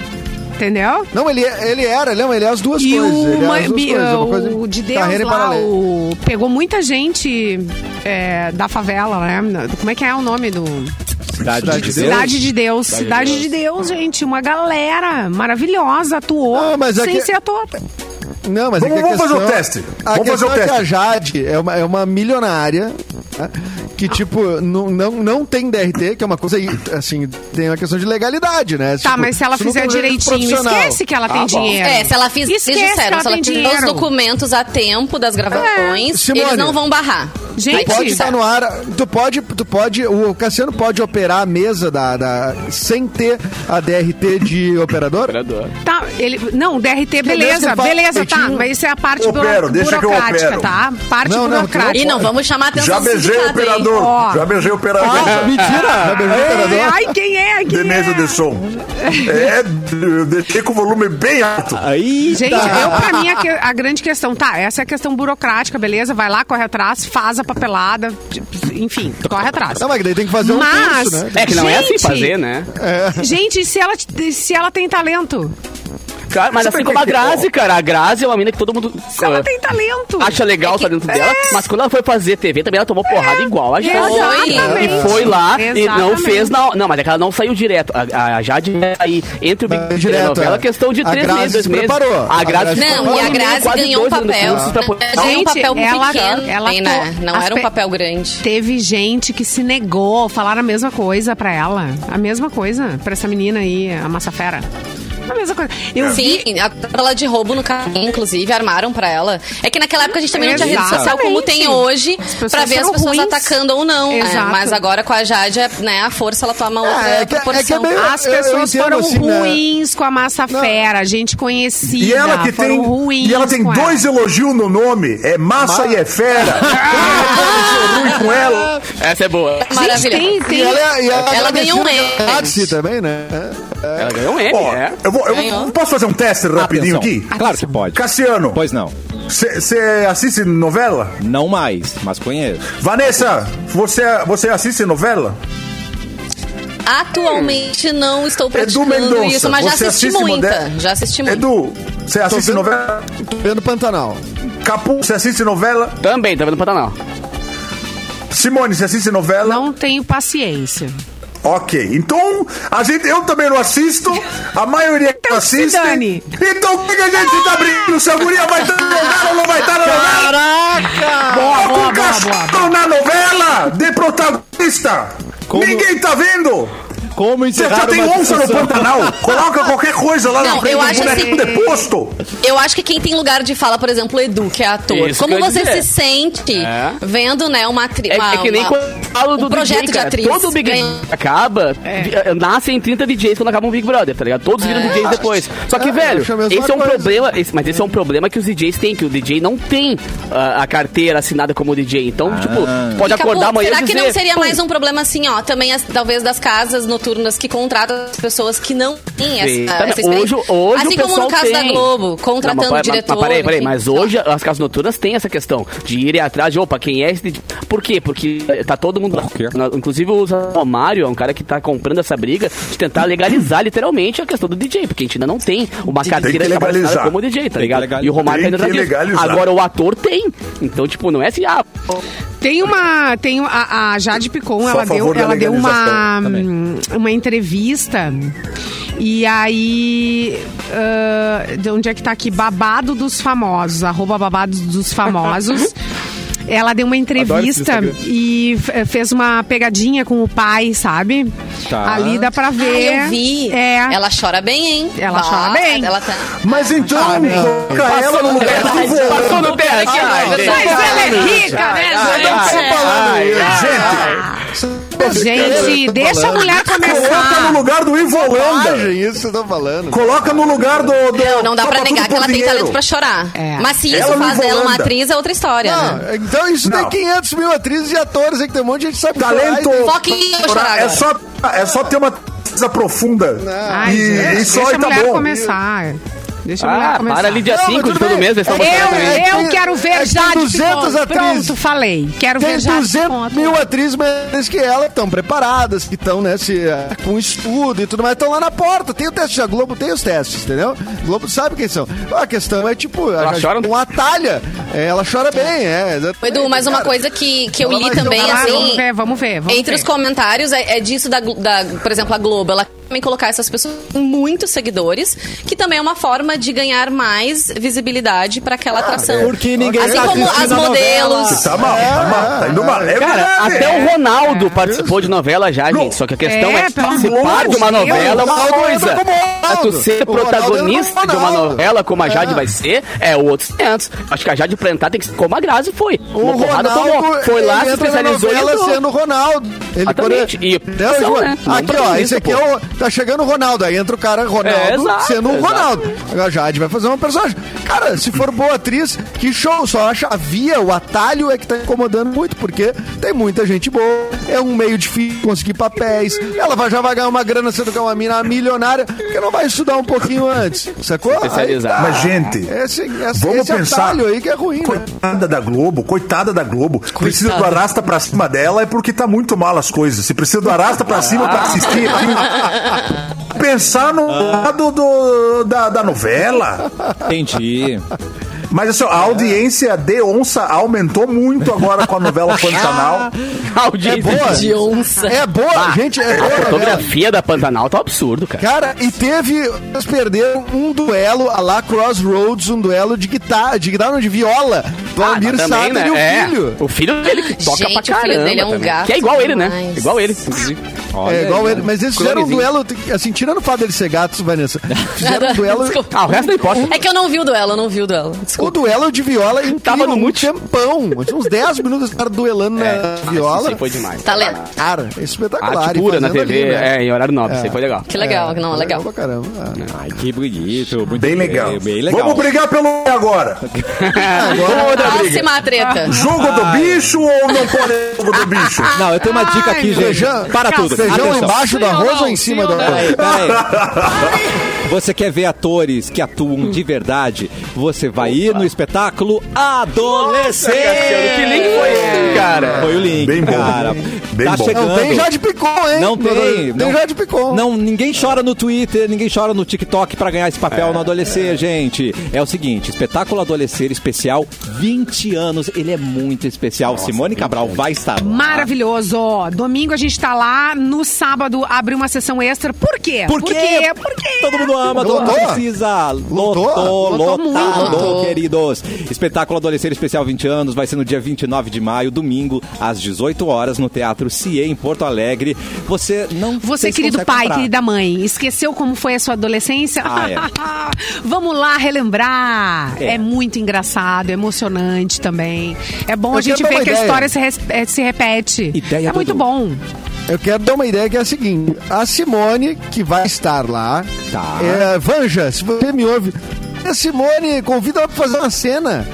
Speaker 2: Entendeu?
Speaker 7: Não, ele, ele era, não, ele é as duas
Speaker 2: E
Speaker 7: coisas. ele
Speaker 2: o,
Speaker 7: é
Speaker 2: Ma-
Speaker 7: as duas
Speaker 2: Bi-
Speaker 7: coisas, é uma coisa
Speaker 2: o de Deus
Speaker 7: carreira em
Speaker 2: lá,
Speaker 7: paralelo.
Speaker 2: o- pegou muita gente é, da favela, né? Como é que é o nome do...
Speaker 1: Cidade, de Deus.
Speaker 2: Cidade de Deus. Cidade de Deus, gente. Uma galera maravilhosa atuou
Speaker 7: Ah, mas é
Speaker 2: sem
Speaker 7: que-
Speaker 2: ser ator. Tá,
Speaker 7: Não, mas é
Speaker 6: Vamos-
Speaker 7: que a
Speaker 6: vamos fazer
Speaker 7: questão-
Speaker 6: o teste.
Speaker 7: A
Speaker 6: Vamos fazer
Speaker 7: questão
Speaker 6: o
Speaker 7: é que
Speaker 6: teste.
Speaker 7: a Jade é uma, é uma milionária tá? que, tipo, não, não, não tem DRT, que é uma coisa, aí, assim, tem uma questão de legalidade, né?
Speaker 2: Tá,
Speaker 7: Tipo,
Speaker 2: mas se ela
Speaker 7: isso não
Speaker 2: fizer
Speaker 7: tem um jeito
Speaker 2: direitinho,
Speaker 7: profissional. Ah,
Speaker 2: esquece que ela tem dinheiro.
Speaker 5: É, se ela fizer,
Speaker 2: Esquece que
Speaker 5: disseram,
Speaker 2: ela
Speaker 5: se ela
Speaker 2: tem
Speaker 5: tiver os
Speaker 2: dinheiro.
Speaker 5: documentos a tempo das
Speaker 7: É.
Speaker 5: gravações,
Speaker 7: Simone,
Speaker 5: eles não vão barrar.
Speaker 2: Gente,
Speaker 5: Vai
Speaker 7: Pode
Speaker 5: ter que
Speaker 7: estar no ar, tu pode, tu pode, o Cassiano pode operar a mesa da, da- sem ter a DRT de operador?
Speaker 3: Operador.
Speaker 2: Tá, ele, não, DRT,
Speaker 7: Deus
Speaker 2: beleza,
Speaker 7: que fala
Speaker 2: beleza, tá.
Speaker 7: direitinho.
Speaker 2: Mas isso é a parte
Speaker 6: Opero,
Speaker 2: buro-
Speaker 6: deixa que eu
Speaker 2: burocrática,
Speaker 6: opero.
Speaker 2: tá? Parte
Speaker 7: Não, não,
Speaker 2: burocrática.
Speaker 5: E não vamos chamar a atenção
Speaker 6: Já
Speaker 5: do
Speaker 6: beijei o
Speaker 5: sindicato, hein?
Speaker 6: operador.
Speaker 2: Ó.
Speaker 6: Já beijei o operador.
Speaker 7: Mentira!
Speaker 2: É, Ai, quem é? Quem
Speaker 6: Denise
Speaker 2: é?
Speaker 6: de som. É, eu deixei com o volume bem alto.
Speaker 1: Aí,
Speaker 2: Gente, eu, pra mim, a, que- a grande questão, tá, essa é a questão burocrática, beleza? Vai lá, corre atrás, faz a papelada, tipo, enfim, corre atrás.
Speaker 7: Não, mas que daí tem que fazer um
Speaker 2: Mas-
Speaker 7: curso, né?
Speaker 3: É que não é assim
Speaker 2: Gente!
Speaker 3: fazer, né?
Speaker 2: Gente, e se ela, te- se ela tem talento?
Speaker 3: Cara, mas assim como a Grazi, cara. A Grazi é uma mina que todo mundo
Speaker 2: Se
Speaker 3: ah,
Speaker 2: ela tem talento?
Speaker 3: acha legal tá dentro dela, mas quando ela foi fazer TV também, ela tomou porrada igual a Jade.
Speaker 2: Exatamente.
Speaker 3: E foi lá e não
Speaker 2: Exatamente.
Speaker 3: fez na. Não, mas é que ela não saiu direto. A, a Jade é aí entre o Big
Speaker 7: Saiu
Speaker 3: Brother e
Speaker 7: direto,
Speaker 3: a novela,
Speaker 7: é.
Speaker 3: questão de
Speaker 7: A
Speaker 3: três
Speaker 7: Grazi
Speaker 3: meses, dois
Speaker 7: se
Speaker 3: meses. A
Speaker 7: preparou. A
Speaker 3: Grazi
Speaker 7: Grazi
Speaker 3: ficou
Speaker 5: Não,
Speaker 3: um
Speaker 5: e a
Speaker 3: ano e meio,
Speaker 5: Grazi
Speaker 3: quase
Speaker 5: ganhou um
Speaker 3: dois anos
Speaker 5: papel.
Speaker 3: com isso pra poder-
Speaker 5: Ganhou um
Speaker 2: Gente,
Speaker 5: papel
Speaker 2: ela
Speaker 5: pequeno,
Speaker 2: to- ela
Speaker 5: também, né?
Speaker 2: to-
Speaker 5: Não
Speaker 2: as
Speaker 5: era um
Speaker 2: pe-
Speaker 5: papel grande.
Speaker 2: Teve gente que se negou a falar a mesma coisa pra ela. A mesma coisa pra essa menina aí, a Massafera. A mesma coisa.
Speaker 5: É.
Speaker 2: Eu vi.
Speaker 5: Sim, a ela de roubo no caminho, inclusive, armaram pra ela. É que naquela época a gente também não tinha rede social como tem
Speaker 2: Exatamente.
Speaker 5: hoje,
Speaker 2: As pessoas
Speaker 5: pra ver as
Speaker 2: eram
Speaker 5: pessoas
Speaker 2: ruins.
Speaker 5: atacando ou não. né?
Speaker 2: Exato.
Speaker 5: Mas agora com a Jade, né, a força ela toma outra
Speaker 7: é que- é que é
Speaker 5: proporção.
Speaker 7: meio-
Speaker 2: As
Speaker 7: Eu- eu
Speaker 2: pessoas
Speaker 7: entendo,
Speaker 2: foram
Speaker 7: assim, né?
Speaker 2: ruins com a massa fera, a gente conhecida.
Speaker 6: E ela que
Speaker 2: foram
Speaker 6: tem.
Speaker 2: ruins
Speaker 6: E ela tem
Speaker 2: com
Speaker 6: dois elogios no nome. É massa e é fera. Quem é que é ruim com ela.
Speaker 3: Essa é boa.
Speaker 5: Maravilha.
Speaker 2: Tem, tem.
Speaker 7: E ela, é e ela,
Speaker 5: Ela ganhou um
Speaker 7: agradecida
Speaker 5: Emmy.
Speaker 7: pela Nazi também, né?
Speaker 3: Ela ganhou um M,
Speaker 6: Ó,
Speaker 3: é.
Speaker 6: eu vou, eu vou-
Speaker 5: Ganhou.
Speaker 6: posso fazer um teste
Speaker 1: Tá
Speaker 6: rapidinho
Speaker 1: Atenção.
Speaker 6: aqui?
Speaker 1: Claro que pode.
Speaker 6: Cassiano,
Speaker 1: Pois não.
Speaker 6: você assiste novela?
Speaker 1: Não mais, mas conheço.
Speaker 6: Vanessa, você, você assiste novela?
Speaker 5: Atualmente não estou praticando
Speaker 6: Mendonça,
Speaker 5: isso, mas já
Speaker 6: você
Speaker 5: assisti
Speaker 6: assiste
Speaker 5: muita.
Speaker 6: moderno?
Speaker 5: Já assisti muito.
Speaker 6: Edu, você assiste
Speaker 7: vendo.
Speaker 6: novela?
Speaker 7: Tô vendo Pantanal.
Speaker 6: Capu, você assiste novela?
Speaker 3: Também, tá vendo Pantanal.
Speaker 6: Simone, você assiste novela?
Speaker 2: Não tenho paciência.
Speaker 6: Ok. Então, a gente, eu também não assisto, a maioria que assiste.
Speaker 2: dane.
Speaker 6: Então, por que a gente tá brincando? Se a guria vai estar na novela ou não vai estar na novela?
Speaker 1: Caraca!
Speaker 6: Boa, o cachorro na novela de protagonista.
Speaker 1: Como-
Speaker 6: Ninguém tá vendo.
Speaker 1: Como
Speaker 6: Você
Speaker 1: encerrar
Speaker 6: já tem
Speaker 1: uma
Speaker 6: onça no
Speaker 1: discussão?
Speaker 6: Pantanal. Coloca qualquer coisa lá
Speaker 5: Não,
Speaker 6: na frente
Speaker 5: eu
Speaker 6: do
Speaker 5: acho
Speaker 6: bonequinho
Speaker 5: assim-
Speaker 6: deposto.
Speaker 5: Eu acho que quem tem lugar de fala, por exemplo, o Edu, que é ator.
Speaker 3: Isso
Speaker 5: Como
Speaker 3: que eu ia
Speaker 5: você
Speaker 3: dizer.
Speaker 5: se sente
Speaker 3: É.
Speaker 5: vendo, né, uma atriz.
Speaker 3: É, é que nem quando eu falo do
Speaker 5: um projeto
Speaker 3: DJ,
Speaker 5: de
Speaker 3: cara.
Speaker 5: atriz.
Speaker 3: Todo o Big
Speaker 5: Ganha-
Speaker 3: acaba,
Speaker 7: É.
Speaker 3: vi- eh, nascem 30 DJs quando acaba um Big Brother, tá ligado? Todos
Speaker 5: É.
Speaker 3: viram DJs depois. Só que,
Speaker 7: É,
Speaker 3: velho,
Speaker 7: acho a mesma
Speaker 3: esse é um
Speaker 7: coisa.
Speaker 3: problema, esse- mas esse é um problema que os DJs têm, que o DJ não tem ah, a carteira assinada como DJ.
Speaker 7: Ah.
Speaker 3: Então, tipo, pode
Speaker 5: Fica,
Speaker 3: acordar
Speaker 5: pô,
Speaker 3: amanhã
Speaker 5: Será
Speaker 3: e
Speaker 5: que
Speaker 3: dizer...
Speaker 5: não seria
Speaker 3: "Pum,
Speaker 5: mais um problema assim, ó? Também, as- talvez, das casas noturnas que contratam as pessoas que não têm
Speaker 3: Sim,
Speaker 5: essa,
Speaker 3: tá,
Speaker 5: essa
Speaker 3: mas hoje, hoje
Speaker 5: assim
Speaker 3: o
Speaker 5: como no
Speaker 3: pessoal
Speaker 5: caso
Speaker 3: tem.
Speaker 5: da Globo, contratando
Speaker 3: Não, mas- mas-
Speaker 5: diretor.
Speaker 3: Mas, peraí, peraí,
Speaker 5: enfim.
Speaker 3: mas hoje é as casas noturnas têm essa questão de irem atrás de, opa, quem é esse... Por quê? Porque eh, tá todo mundo...
Speaker 1: quê?
Speaker 3: na- Inclusive o Mário é um cara que tá comprando essa briga de tentar legalizar literalmente a questão do DJ, porque a gente ainda não tem uma carteira
Speaker 6: que
Speaker 3: capacitada
Speaker 6: legalizar.
Speaker 3: como DJ, tá
Speaker 1: que
Speaker 3: ligado?
Speaker 1: legalizar.
Speaker 3: E o Romário tá
Speaker 6: Tem
Speaker 3: indo atrás
Speaker 6: que
Speaker 3: disso.
Speaker 6: legalizar.
Speaker 3: Agora o ator tem. Então, tipo, não é assim, ah,
Speaker 2: Tem uma. Tem a, a Jade Picon,
Speaker 6: Só
Speaker 2: ela
Speaker 6: a
Speaker 2: deu,
Speaker 6: favor da
Speaker 2: ela deu uma, hum,
Speaker 6: legalização
Speaker 2: uma entrevista. E aí. ah, de onde é que tá aqui? Babado dos famosos, arroba babado dos famosos. Ela deu uma entrevista
Speaker 1: Instagram.
Speaker 2: e eh, fez uma pegadinha com o pai, sabe?
Speaker 1: Tá.
Speaker 2: Ali dá pra
Speaker 5: Ah,
Speaker 2: ver.
Speaker 5: eu vi.
Speaker 2: É.
Speaker 5: Ela chora bem, hein?
Speaker 2: Ela
Speaker 5: Ah,
Speaker 2: chora bem.
Speaker 5: Ela tá...
Speaker 6: Mas então,
Speaker 1: Ah,
Speaker 6: coloca ela no lugar do vô.
Speaker 3: passou no pé aqui, ah, gente.
Speaker 2: Mas ela é rica, né, gente?
Speaker 6: Gente,
Speaker 2: Gente, deixa a mulher
Speaker 6: coloca no
Speaker 2: começar.
Speaker 6: lugar do Ivo Holanda.
Speaker 7: Coragem, isso que eu tô falando.
Speaker 6: Coloca no lugar do... do
Speaker 5: Não, não dá pra
Speaker 6: Tropa
Speaker 5: negar
Speaker 6: Tudo
Speaker 5: que
Speaker 6: por
Speaker 5: ela tem
Speaker 6: Dinheiro.
Speaker 5: talento pra chorar.
Speaker 2: É.
Speaker 5: Mas se isso
Speaker 6: Ela não
Speaker 5: faz dela uma
Speaker 6: volanda.
Speaker 5: atriz, é outra história, né?
Speaker 7: Ah, então isso
Speaker 6: Não.
Speaker 7: tem 500 mil atrizes e atores aí que tem um monte de gente que sabe chorar
Speaker 6: Talento.
Speaker 7: e tem-
Speaker 5: Foca em eu chorar
Speaker 6: É
Speaker 5: agora.
Speaker 6: só, é só ter uma coisa profunda.
Speaker 2: Ai,
Speaker 6: e,
Speaker 2: gente,
Speaker 6: e só
Speaker 2: deixa
Speaker 6: e
Speaker 2: a
Speaker 6: tá
Speaker 2: mulher
Speaker 6: bom.
Speaker 2: começar. Deixa a mulher
Speaker 3: Ah,
Speaker 2: começar.
Speaker 3: para ali dia
Speaker 7: Não, mas
Speaker 3: 5 de
Speaker 7: tudo
Speaker 3: todo
Speaker 7: bem.
Speaker 3: mês, eles estão
Speaker 7: Eu-
Speaker 3: botando aí.
Speaker 7: É
Speaker 2: Eu, eu
Speaker 7: que-
Speaker 2: quero
Speaker 7: é
Speaker 2: ver
Speaker 7: que
Speaker 2: Jade
Speaker 7: tem 200
Speaker 2: Picon. Pronto,
Speaker 7: atrizes.
Speaker 2: falei. Quero
Speaker 7: Tem
Speaker 2: ver Jade
Speaker 7: 200
Speaker 2: Picon.
Speaker 7: mil atrizes mas que ela estão preparadas, que estão né, se, eh, com estudo e tudo mais, estão lá na porta. Tem o teste da Globo, tem os testes, entendeu? A Globo sabe quem são. A questão é tipo,
Speaker 3: Ela
Speaker 7: a,
Speaker 3: chora-
Speaker 7: uma atalha. É, ela chora bem, é. exatamente,
Speaker 5: Edu, mas uma
Speaker 7: cara.
Speaker 5: coisa que, que eu
Speaker 7: Ela
Speaker 5: li
Speaker 7: vai
Speaker 5: também,
Speaker 7: jogar lá,
Speaker 5: assim...
Speaker 2: Vamos ver, vamos ver. vamos
Speaker 5: Entre
Speaker 2: ver.
Speaker 5: os comentários é, é disso da, Glo- da, por exemplo, a Globo. Ela também colocar essas pessoas com muitos seguidores, que também é uma forma de ganhar mais visibilidade para aquela atração.
Speaker 1: Porque ninguém
Speaker 5: assim
Speaker 1: tá
Speaker 5: como
Speaker 1: assistindo
Speaker 5: as
Speaker 1: a novela.
Speaker 5: modelos.
Speaker 6: Tá mal,
Speaker 2: É.
Speaker 6: tá mal. Tá indo uma leve
Speaker 3: Cara,
Speaker 6: grave.
Speaker 3: até
Speaker 7: é.
Speaker 3: o
Speaker 5: É.
Speaker 3: Ronaldo participou de novela já,
Speaker 6: Não.
Speaker 3: gente. Só que a questão
Speaker 2: É,
Speaker 3: é, que
Speaker 2: pelo
Speaker 3: participar
Speaker 2: amor
Speaker 3: de uma
Speaker 2: de Deus.
Speaker 3: novela é uma
Speaker 7: Ronaldo
Speaker 3: coisa.
Speaker 7: é como Ronaldo.
Speaker 3: Mas tu ser
Speaker 7: O Ronaldo é como
Speaker 3: protagonista de uma
Speaker 7: Ronaldo.
Speaker 3: novela como a Jade
Speaker 7: É.
Speaker 3: vai ser, é outros 500. Acho que a Jade pra entrar tem que ser como a Grazi foi. Uma porrada tomou. Foi lá,
Speaker 7: ele
Speaker 3: se
Speaker 7: entra na
Speaker 3: especializou e
Speaker 7: novela
Speaker 3: entrou.
Speaker 7: sendo Ronaldo. Ele
Speaker 3: Exatamente.
Speaker 7: quando-
Speaker 3: E
Speaker 7: Entendeu,
Speaker 3: são,
Speaker 7: João?
Speaker 3: né? Não
Speaker 7: Aqui, ó,
Speaker 3: precisa,
Speaker 7: esse aqui
Speaker 3: pô.
Speaker 7: é o... Tá chegando o Ronaldo. Aí entra o cara Ronaldo
Speaker 3: É, exato,
Speaker 7: sendo o
Speaker 3: exato.
Speaker 7: Ronaldo. Agora a Jade vai fazer uma personagem. Cara, se for boa atriz, que show. Só acha a via, o atalho é que tá incomodando muito, porque tem muita gente boa. É um meio difícil conseguir papéis. Ela vai, já vai ganhar uma grana sendo que é uma mina milionária, porque não vai estudar um pouquinho antes. Sacou?
Speaker 3: Especializar.
Speaker 7: Aí tá.
Speaker 6: Mas, gente,
Speaker 2: É.
Speaker 7: Esse, esse,
Speaker 6: Vamos
Speaker 7: esse
Speaker 6: pensar.
Speaker 7: atalho aí que é ruim, né?
Speaker 6: Coitada da Globo, coitada da Globo. Precisa do arrasta pra cima dela é porque tá muito mal as coisas. Se precisa do arrasta pra cima pra assistir
Speaker 5: Ah.
Speaker 6: aqui, pensar no lado do, da, da novela.
Speaker 1: Entendi.
Speaker 6: Mas assim, ó, a audiência de onça aumentou muito agora com a novela
Speaker 2: Ah.
Speaker 6: Pantanal.
Speaker 3: A audiência
Speaker 7: É boa.
Speaker 3: de-
Speaker 5: De onça.
Speaker 7: É boa, gente. É boa,
Speaker 3: A
Speaker 7: novela.
Speaker 3: fotografia da Pantanal tá um absurdo, cara.
Speaker 7: Cara, e teve. Eles perderam um duelo a lá Crossroads, um duelo de guitarra, de guitarra, não, de viola. Do
Speaker 3: Ah,
Speaker 7: Almir
Speaker 3: mas também,
Speaker 7: Sater e o
Speaker 3: É,
Speaker 7: um filho.
Speaker 3: o filho dele que toca
Speaker 5: Gente,
Speaker 3: pra
Speaker 5: o filho
Speaker 3: caramba.
Speaker 5: dele é um
Speaker 3: também.
Speaker 5: gato
Speaker 3: que é igual ele, né?
Speaker 5: demais.
Speaker 3: Igual ele, inclusive.
Speaker 1: Olha
Speaker 7: é igual
Speaker 1: aí,
Speaker 7: ele,
Speaker 1: né?
Speaker 7: mas eles fizeram um
Speaker 3: Clonezinho.
Speaker 7: duelo, assim, tirando o fato dele ser gato, Vanessa. Fizeram um duelo.
Speaker 5: Desculpa.
Speaker 3: Ah, o resto não importa.
Speaker 5: É que eu não vi o duelo, eu não vi o duelo. Desculpa.
Speaker 7: O duelo de viola incrível,
Speaker 3: Tava no
Speaker 7: um
Speaker 3: mute.
Speaker 7: tempão. Tinha uns 10 minutos para duelando na
Speaker 3: É,
Speaker 7: viola.
Speaker 3: Isso aí foi demais.
Speaker 5: Tá lento.
Speaker 7: Cara, é
Speaker 3: A
Speaker 7: espetacular.
Speaker 3: arte
Speaker 7: E
Speaker 3: pura na
Speaker 7: fazendo
Speaker 3: TV,
Speaker 7: ali, né?
Speaker 3: é, em horário nobre, isso aí foi legal.
Speaker 5: Que
Speaker 7: É.
Speaker 5: legal, não, legal.
Speaker 7: pra caramba. Ah.
Speaker 1: Ai, que bonito. muito
Speaker 6: Bem legal.
Speaker 1: Bem legal.
Speaker 6: Vamos brigar pelo agora.
Speaker 5: Próxima treta.
Speaker 6: Jogo do bicho ou não pode jogo do bicho?
Speaker 1: Não, eu tenho uma dica aqui, gente.
Speaker 7: Feijão,
Speaker 1: Para tudo.
Speaker 7: Feijão
Speaker 1: Atenção.
Speaker 7: embaixo do
Speaker 2: Sim ou
Speaker 7: arroz
Speaker 2: não?
Speaker 7: ou em
Speaker 2: Sim
Speaker 7: cima
Speaker 2: ou
Speaker 7: do
Speaker 2: não?
Speaker 7: arroz?
Speaker 1: Peraí, peraí. Você quer ver atores que atuam de verdade? Você vai ir no espetáculo Adolescente.
Speaker 3: Cassiano, que link foi esse, cara?
Speaker 1: Foi o link,
Speaker 6: Bem bom.
Speaker 1: cara.
Speaker 6: Bem
Speaker 1: tá
Speaker 6: bom.
Speaker 1: chegando.
Speaker 7: Não tem Jade Picon, hein?
Speaker 1: Não tem.
Speaker 7: Tem Jade Picon.
Speaker 1: Não, ninguém chora no Twitter, ninguém chora no TikTok pra ganhar esse papel no Adolescer, gente. É o seguinte, espetáculo Adolescer especial, 20 anos. Ele é muito especial. Simone Cabral vai estar lá.
Speaker 2: Maravilhoso. Domingo a gente tá lá, no sábado abre uma sessão extra. Por quê?
Speaker 1: Por quê?
Speaker 2: Por quê?
Speaker 1: Todo mundo ama, todo mundo
Speaker 7: Lotou?
Speaker 1: precisa. Lotou,
Speaker 7: Lotou?
Speaker 2: Lotou
Speaker 1: lotado,
Speaker 5: muito.
Speaker 1: queridos. Espetáculo Adolescer Especial 20 anos vai ser no dia 29 de maio, domingo, às 18 horas, no Teatro Cie, em Porto Alegre. Você não
Speaker 2: Você,
Speaker 1: vocês
Speaker 2: querido
Speaker 1: conseguem
Speaker 2: pai,
Speaker 1: comprar.
Speaker 2: querida mãe, esqueceu como foi a sua adolescência?
Speaker 1: Ah, é.
Speaker 2: Vamos lá relembrar.
Speaker 1: É.
Speaker 2: É. muito engraçado, é emocionante também. É bom
Speaker 7: Eu
Speaker 2: a gente
Speaker 7: quero dar
Speaker 2: ver
Speaker 7: uma
Speaker 2: que a
Speaker 7: ideia.
Speaker 2: história se, res- eh, se repete.
Speaker 1: Ideia
Speaker 2: é
Speaker 1: do
Speaker 2: muito
Speaker 1: Dudu.
Speaker 2: bom.
Speaker 7: Eu quero dar uma ideia que é a seguinte: a Simone, que vai estar lá.
Speaker 1: Tá.
Speaker 7: É, Vanja, se você me ouve. A Simone, convida ela pra fazer uma cena.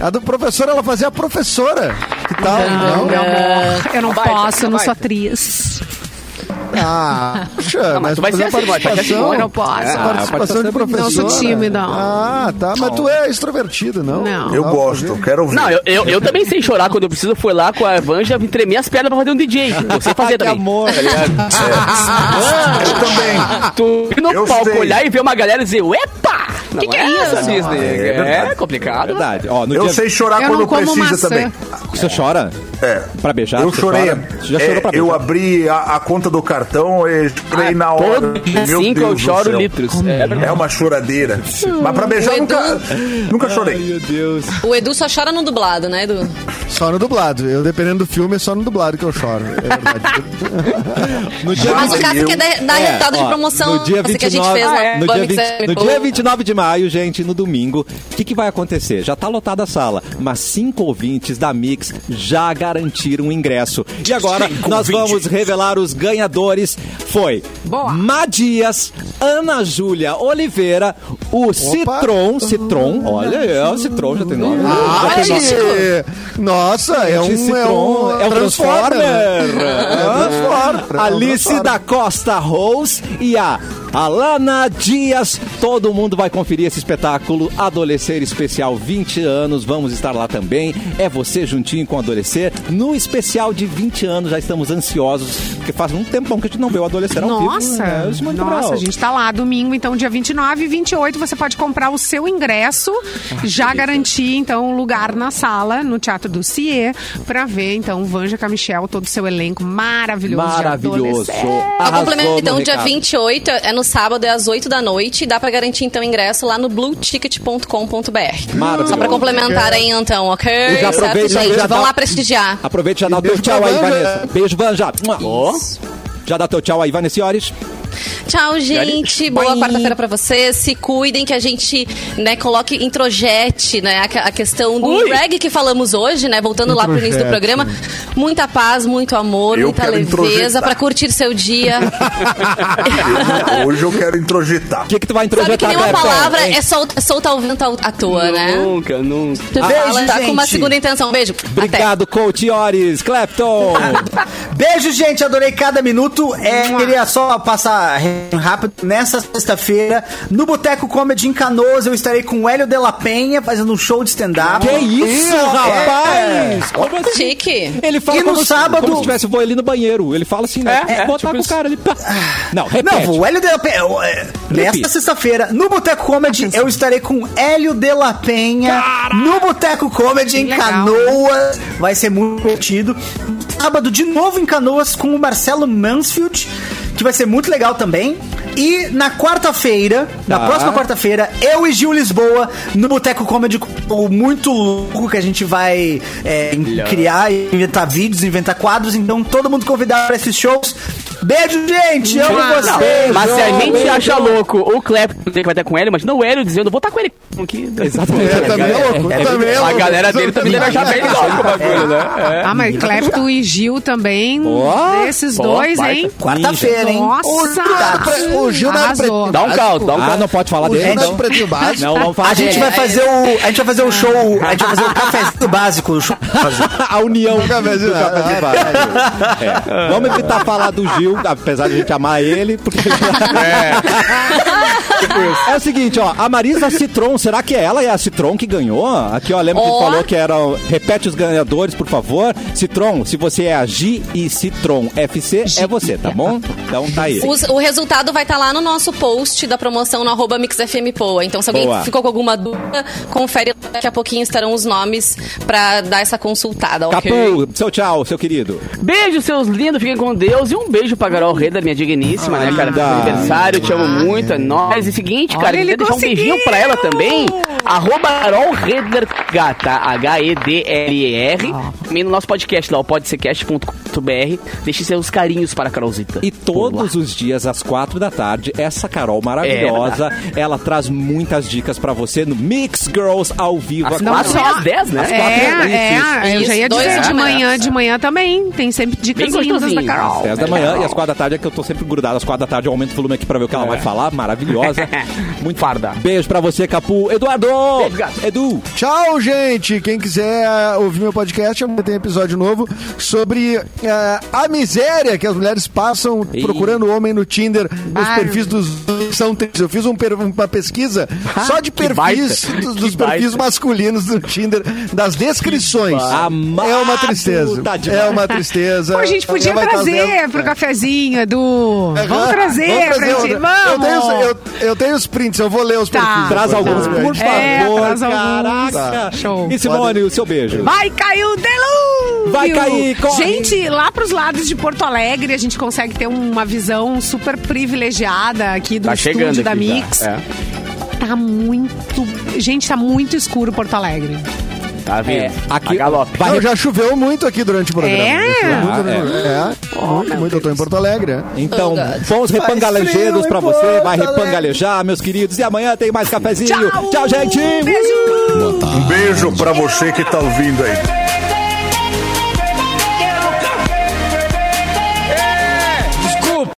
Speaker 7: A do professor, ela fazer a professora. Que tal?
Speaker 2: Não, Ah, meu amor, eu não
Speaker 3: Vai,
Speaker 2: posso,
Speaker 3: Jéssica,
Speaker 2: eu não
Speaker 3: vai.
Speaker 2: sou atriz.
Speaker 7: Ah, puxa,
Speaker 3: Não, mas
Speaker 7: mas,
Speaker 3: tu vai
Speaker 7: fazer
Speaker 3: ser
Speaker 7: a
Speaker 3: assim, é vai ser
Speaker 7: participação.
Speaker 3: assim,
Speaker 2: não posso.
Speaker 7: a
Speaker 2: Ah,
Speaker 7: participação de
Speaker 1: participação
Speaker 7: professora.
Speaker 2: Não sou tímida.
Speaker 7: Ah, tá, mas tu é extrovertido, não?
Speaker 2: Não.
Speaker 6: Eu gosto, quero ouvir.
Speaker 3: Não, eu, eu, eu também sei chorar quando eu preciso. Fui lá com a Evanja, vim tremer as pernas pra fazer um DJ. Eu sei fazer
Speaker 1: Que
Speaker 3: também.
Speaker 1: amor. tá
Speaker 6: Eu também.
Speaker 3: Ah, Tu ir no
Speaker 6: Eu
Speaker 3: palco
Speaker 6: sei.
Speaker 3: olhar e ver uma galera dizer, epa! O
Speaker 2: que é isso?
Speaker 3: Disney? É,
Speaker 6: É verdade.
Speaker 1: É
Speaker 3: complicado.
Speaker 1: verdade. Ó, no
Speaker 6: Eu
Speaker 1: dia-
Speaker 6: sei chorar
Speaker 2: Eu
Speaker 6: quando
Speaker 2: não como maçã.
Speaker 6: precisa também.
Speaker 1: Você chora?
Speaker 6: É.
Speaker 1: Pra beijar?
Speaker 6: eu
Speaker 1: Você
Speaker 6: chorei.
Speaker 1: chora? Você já
Speaker 6: É,
Speaker 1: chorou pra
Speaker 6: eu
Speaker 1: beijar?
Speaker 6: abri a, a conta do cartão e chorei
Speaker 3: Ah,
Speaker 6: na hora.
Speaker 3: Todo dia
Speaker 6: Meu
Speaker 3: cinco
Speaker 6: Deus
Speaker 3: eu
Speaker 6: do
Speaker 3: choro Hum,
Speaker 6: céu.
Speaker 3: litros. É verdade.
Speaker 6: É uma choradeira. Mas pra beijar
Speaker 5: O
Speaker 6: nunca, nunca
Speaker 1: Ai,
Speaker 6: chorei.
Speaker 1: meu Deus.
Speaker 5: O Edu só chora no dublado, né, Edu?
Speaker 7: Só no dublado. Eu, dependendo do filme, é só no dublado que eu choro. É verdade.
Speaker 1: No dia
Speaker 5: Mas o
Speaker 6: Mas
Speaker 5: caso
Speaker 6: eu-
Speaker 5: quer dar, dar
Speaker 1: É,
Speaker 5: resultado de
Speaker 1: ó,
Speaker 5: promoção.
Speaker 1: No dia 29,
Speaker 5: essa que a gente fez
Speaker 1: Ah,
Speaker 5: lá.
Speaker 1: é. no,
Speaker 5: Bom,
Speaker 1: dia
Speaker 5: que você
Speaker 1: 20
Speaker 5: me
Speaker 1: no
Speaker 5: falou.
Speaker 1: dia 29 de maio, gente, no domingo, o que, que vai acontecer? Já tá lotada a sala, mas cinco ouvintes da Mix já garantiram o ingresso. E agora nós vamos revelar os ganhadores. Foi
Speaker 2: Boa.
Speaker 1: Madias, Ana Júlia Oliveira, o Citron, Citron, olha, é, o Citron já tem nome.
Speaker 7: Ah,
Speaker 1: já tem nome.
Speaker 7: gente! Nossa, é
Speaker 1: Gente,
Speaker 7: um, é
Speaker 1: Citron,
Speaker 7: um,
Speaker 1: é um Transformer.
Speaker 7: É um Transformer.
Speaker 1: Alice da Costa Rose e a Alana Dias. Todo mundo vai conferir esse espetáculo Adolescer Especial 20 anos. Vamos estar lá também. É você juntinho com o Adolescer. No especial de 20 anos, já estamos ansiosos, porque faz um tempão que a gente não vê o Adolescer ao vivo.
Speaker 2: Nossa,
Speaker 1: É, isso é muito
Speaker 2: nossa,
Speaker 1: legal.
Speaker 2: a gente tá lá domingo, então dia 29 e 28 você pode comprar o seu ingresso,
Speaker 1: Ah,
Speaker 2: já garantir então um lugar na sala no Teatro do CIE pra ver então Vanja Camichel, todo o seu elenco maravilhoso. de
Speaker 1: Maravilhoso.
Speaker 2: adolescente.
Speaker 5: Só
Speaker 1: Arrasou
Speaker 5: complemento,
Speaker 1: no
Speaker 5: então, dia
Speaker 1: recado.
Speaker 5: 28, é no sábado, é às 8 da noite. e Dá pra garantir, então, ingresso lá no blueticket.com.br.
Speaker 1: Maravilhoso.
Speaker 5: Só pra complementar aí, então, ok?
Speaker 1: E já
Speaker 5: Certo,
Speaker 1: aproveita,
Speaker 5: gente?
Speaker 1: já
Speaker 5: Vão
Speaker 1: dá-
Speaker 5: lá prestigiar.
Speaker 1: Aproveita e já dá
Speaker 7: E
Speaker 1: o teu
Speaker 7: beijo pra
Speaker 1: tchau aí,
Speaker 7: Vanja.
Speaker 1: Vanessa. Beijo, Vanja. Ó.
Speaker 5: Isso.
Speaker 1: Já dá teu tchau aí, Vanessa Iores.
Speaker 5: Tchau, gente. Boa
Speaker 1: Bye.
Speaker 5: quarta-feira pra vocês. Se cuidem que a gente, né, coloque introjete, né, a, que- a questão do
Speaker 3: Ui.
Speaker 5: reggae que falamos hoje, né, voltando lá pro início do
Speaker 7: Introjete.
Speaker 5: programa. Muita paz, muito amor,
Speaker 6: Eu
Speaker 5: muita
Speaker 6: quero
Speaker 5: leveza
Speaker 6: introjetar.
Speaker 5: pra curtir seu dia.
Speaker 6: Eu- hoje eu quero introjetar.
Speaker 1: O que, que tu vai
Speaker 5: Sabe que
Speaker 1: introjetar
Speaker 5: nenhuma
Speaker 1: Beto?
Speaker 5: palavra
Speaker 1: Hein?
Speaker 5: é sol, soltar o vento à toa, né?
Speaker 3: Nunca, nunca.
Speaker 5: Tu fala, tá
Speaker 4: gente.
Speaker 5: com uma segunda intenção. Beijo. Até.
Speaker 1: Obrigado, coach Iores. Clapton.
Speaker 4: Beijo, gente. Adorei cada minuto. É, queria só passar rápido. Nessa sexta-feira, no Boteco Comedy em Canoas, eu estarei com o Hélio de la Penha fazendo um show de stand-up. É,
Speaker 1: Que isso, rapaz? Como assim?
Speaker 5: Chique.
Speaker 1: Ele fala
Speaker 4: E no
Speaker 1: como se,
Speaker 4: sábado-
Speaker 1: como se tivesse vou ali no banheiro. Ele fala assim, né?
Speaker 3: É, é,
Speaker 1: Botar
Speaker 3: tipo
Speaker 1: com o
Speaker 3: isso.
Speaker 1: cara ali. pá. Não, repete.
Speaker 4: Não, o Hélio de la Penha. eu, é, Nesta
Speaker 1: Repita.
Speaker 4: sexta-feira, no Boteco Comedy, eu estarei com Hélio de la Penha. No Boteco Comedy, em
Speaker 2: Legal,
Speaker 4: Canoas. Vai ser muito divertido. Sábado, de novo em Canoas, com o Marcelo Mansfield, que vai ser muito legal também. E na quarta-feira,
Speaker 1: Tá.
Speaker 4: na próxima quarta-feira, eu e Gil Lisboa, no Boteco Comedy, o muito louco que a gente vai é, criar, inventar vídeos, inventar quadros. Então, todo mundo convidado para esses shows. Beijo, gente! Amo
Speaker 3: Não,
Speaker 4: vocês!
Speaker 3: mas é se a
Speaker 4: Amo,
Speaker 3: gente
Speaker 4: beijo.
Speaker 3: acha louco o Clapton que vai estar com ele, imagina o Hélio dizendo, vou estar com ele aqui. Exatamente.
Speaker 7: É, também é louco, também é
Speaker 3: a
Speaker 7: louco.
Speaker 3: galera dele também deve achar bem louco o bagulho, né?
Speaker 2: Ah, mas Clepto e Gil também.
Speaker 1: É Ó,
Speaker 2: esses
Speaker 3: ó,
Speaker 2: dois,
Speaker 3: baita.
Speaker 2: hein?
Speaker 4: Quarta-feira, hein?
Speaker 2: Nossa!
Speaker 7: O Gil da
Speaker 2: Arrasou.
Speaker 3: É. Dá um caldo, dá um
Speaker 1: Ah,
Speaker 3: caldo.
Speaker 1: não pode falar
Speaker 7: O
Speaker 1: dele,
Speaker 7: Gil
Speaker 1: então.
Speaker 7: da Pretinho Básico.
Speaker 1: Não, vamos falar
Speaker 4: A gente
Speaker 1: dele.
Speaker 4: vai fazer o. A gente vai fazer o show. A gente vai fazer o cafezinho básico. O show
Speaker 1: A união do
Speaker 7: Nunca fez nada.
Speaker 1: Café do Vale. É. Vamos evitar falar do Gil, apesar de a gente amar ele, porque... É. o seguinte, ó, a Marisa Citron, será que é ela é a Citron que ganhou? Aqui, ó, lembra
Speaker 5: Ó.
Speaker 1: que falou que era... o- Repete os ganhadores, por favor. Citron, se você é a G e Citron FC, é você, tá bom? Então tá aí.
Speaker 5: Os- o resultado vai estar lá no nosso post da promoção no arroba MixFMPoa. Então, se alguém
Speaker 1: Boa.
Speaker 5: ficou com alguma dúvida, confere lá. Daqui a pouquinho estarão os nomes pra dar essa consultada, ok?
Speaker 1: Capu, seu tchau, seu querido.
Speaker 3: Beijo, seus lindos, fiquem com Deus. E um beijo pra Carol Reda, minha digníssima, né, cara?
Speaker 1: linda.
Speaker 3: Feliz aniversário, te amo muito, é nóis. E seguinte, cara,
Speaker 2: Olha,
Speaker 3: queria
Speaker 2: ele
Speaker 3: deixar um
Speaker 2: conseguiu!
Speaker 3: beijinho pra ela também. Arroba Carol Reder Gata, H-E-D-L-E-R.
Speaker 2: Ah.
Speaker 3: Também no nosso podcast lá, o podsercast.com.br. Deixe seus carinhos para a Carolzita.
Speaker 1: E
Speaker 3: Por lá.
Speaker 1: todos os dias, às quatro da tarde, essa Carol
Speaker 5: É
Speaker 1: maravilhosa, ela traz muitas dicas pra você no Mix Girls ao vivo.
Speaker 3: Às
Speaker 1: aqui.
Speaker 2: Não
Speaker 3: quatro
Speaker 2: só-
Speaker 3: e às dez, né? Às
Speaker 2: É,
Speaker 3: quatro e às dez, isso.
Speaker 2: é, eu já ia
Speaker 5: Isso, dois
Speaker 2: dizer,
Speaker 5: de
Speaker 2: de
Speaker 5: manhã.
Speaker 2: manhã, de manhã também, tem sempre dicas
Speaker 3: Bem
Speaker 2: lindas da
Speaker 3: gostosinho.
Speaker 1: Às
Speaker 2: Carol.
Speaker 1: 10 da manhã e às 4 da tarde é que eu tô sempre grudado. Às 4 da tarde eu aumento o volume aqui pra ver o que ela vai
Speaker 2: É.
Speaker 1: falar. Maravilhosa. Muito
Speaker 3: Farda.
Speaker 1: Beijo pra você, Capu. Eduardo!
Speaker 3: Beijo, gato.
Speaker 1: Edu!
Speaker 7: Tchau, gente! Quem quiser eh, ouvir meu podcast, amanhã tem episódio novo sobre eh, a miséria que as mulheres passam procurando homem no Tinder, os
Speaker 2: Barro.
Speaker 7: perfis dos são tristes. Eu fiz um per- uma pesquisa
Speaker 1: Ah,
Speaker 7: só de
Speaker 3: que
Speaker 7: perfis,
Speaker 3: baita.
Speaker 7: dos,
Speaker 3: Que
Speaker 7: dos perfis
Speaker 3: baita.
Speaker 7: masculinos do Tinder, das descrições.
Speaker 1: baita.
Speaker 7: É uma tristeza.
Speaker 1: Tá demais.
Speaker 7: É uma tristeza.
Speaker 2: Pô, a gente podia
Speaker 7: Amanhã vai estar às
Speaker 2: trazer
Speaker 7: dez.
Speaker 2: pro cafezinho, Edu. Vamos trazer,
Speaker 7: Tá É. Vamos
Speaker 2: pra gente.
Speaker 7: eu- Eu
Speaker 2: Vamos!
Speaker 7: tenho, os- eu, eu tenho os prints, eu vou ler os
Speaker 2: Tá.
Speaker 7: perfis.
Speaker 1: Traz
Speaker 7: depois,
Speaker 1: alguns,
Speaker 7: né?
Speaker 1: por favor.
Speaker 2: É, traz alguns.
Speaker 1: Caraca!
Speaker 2: Tá. Show.
Speaker 1: E Simone, o seu beijo.
Speaker 2: Vai cair o delúvio!
Speaker 1: Vai cair, corre!
Speaker 2: Gente, lá pros lados de Porto Alegre, a gente consegue ter uma visão super privilegiada aqui do
Speaker 3: Tá chegando
Speaker 2: estúdio da
Speaker 3: aqui já,
Speaker 2: Mix.
Speaker 3: é.
Speaker 2: Tá muito... Gente, tá muito escuro Porto Alegre.
Speaker 3: Tá vindo.
Speaker 1: É, aqui-
Speaker 3: a galope.
Speaker 1: Vai-
Speaker 7: Não, já choveu muito aqui durante o programa.
Speaker 2: É? Oh,
Speaker 7: Já choveu muito,
Speaker 1: Ah,
Speaker 7: né? É. muito, muito. Eu tô em Porto Alegre. é.
Speaker 1: Então,
Speaker 5: Oh, God.
Speaker 1: bons repangalejeiros
Speaker 7: frio
Speaker 1: pra
Speaker 7: em
Speaker 1: você. Vai
Speaker 7: Porto
Speaker 1: repangalejar, meus queridos. E amanhã tem mais cafezinho.
Speaker 2: Tchau!
Speaker 1: Tchau gente!
Speaker 2: Beijo!
Speaker 6: Um beijo pra você que tá ouvindo aí.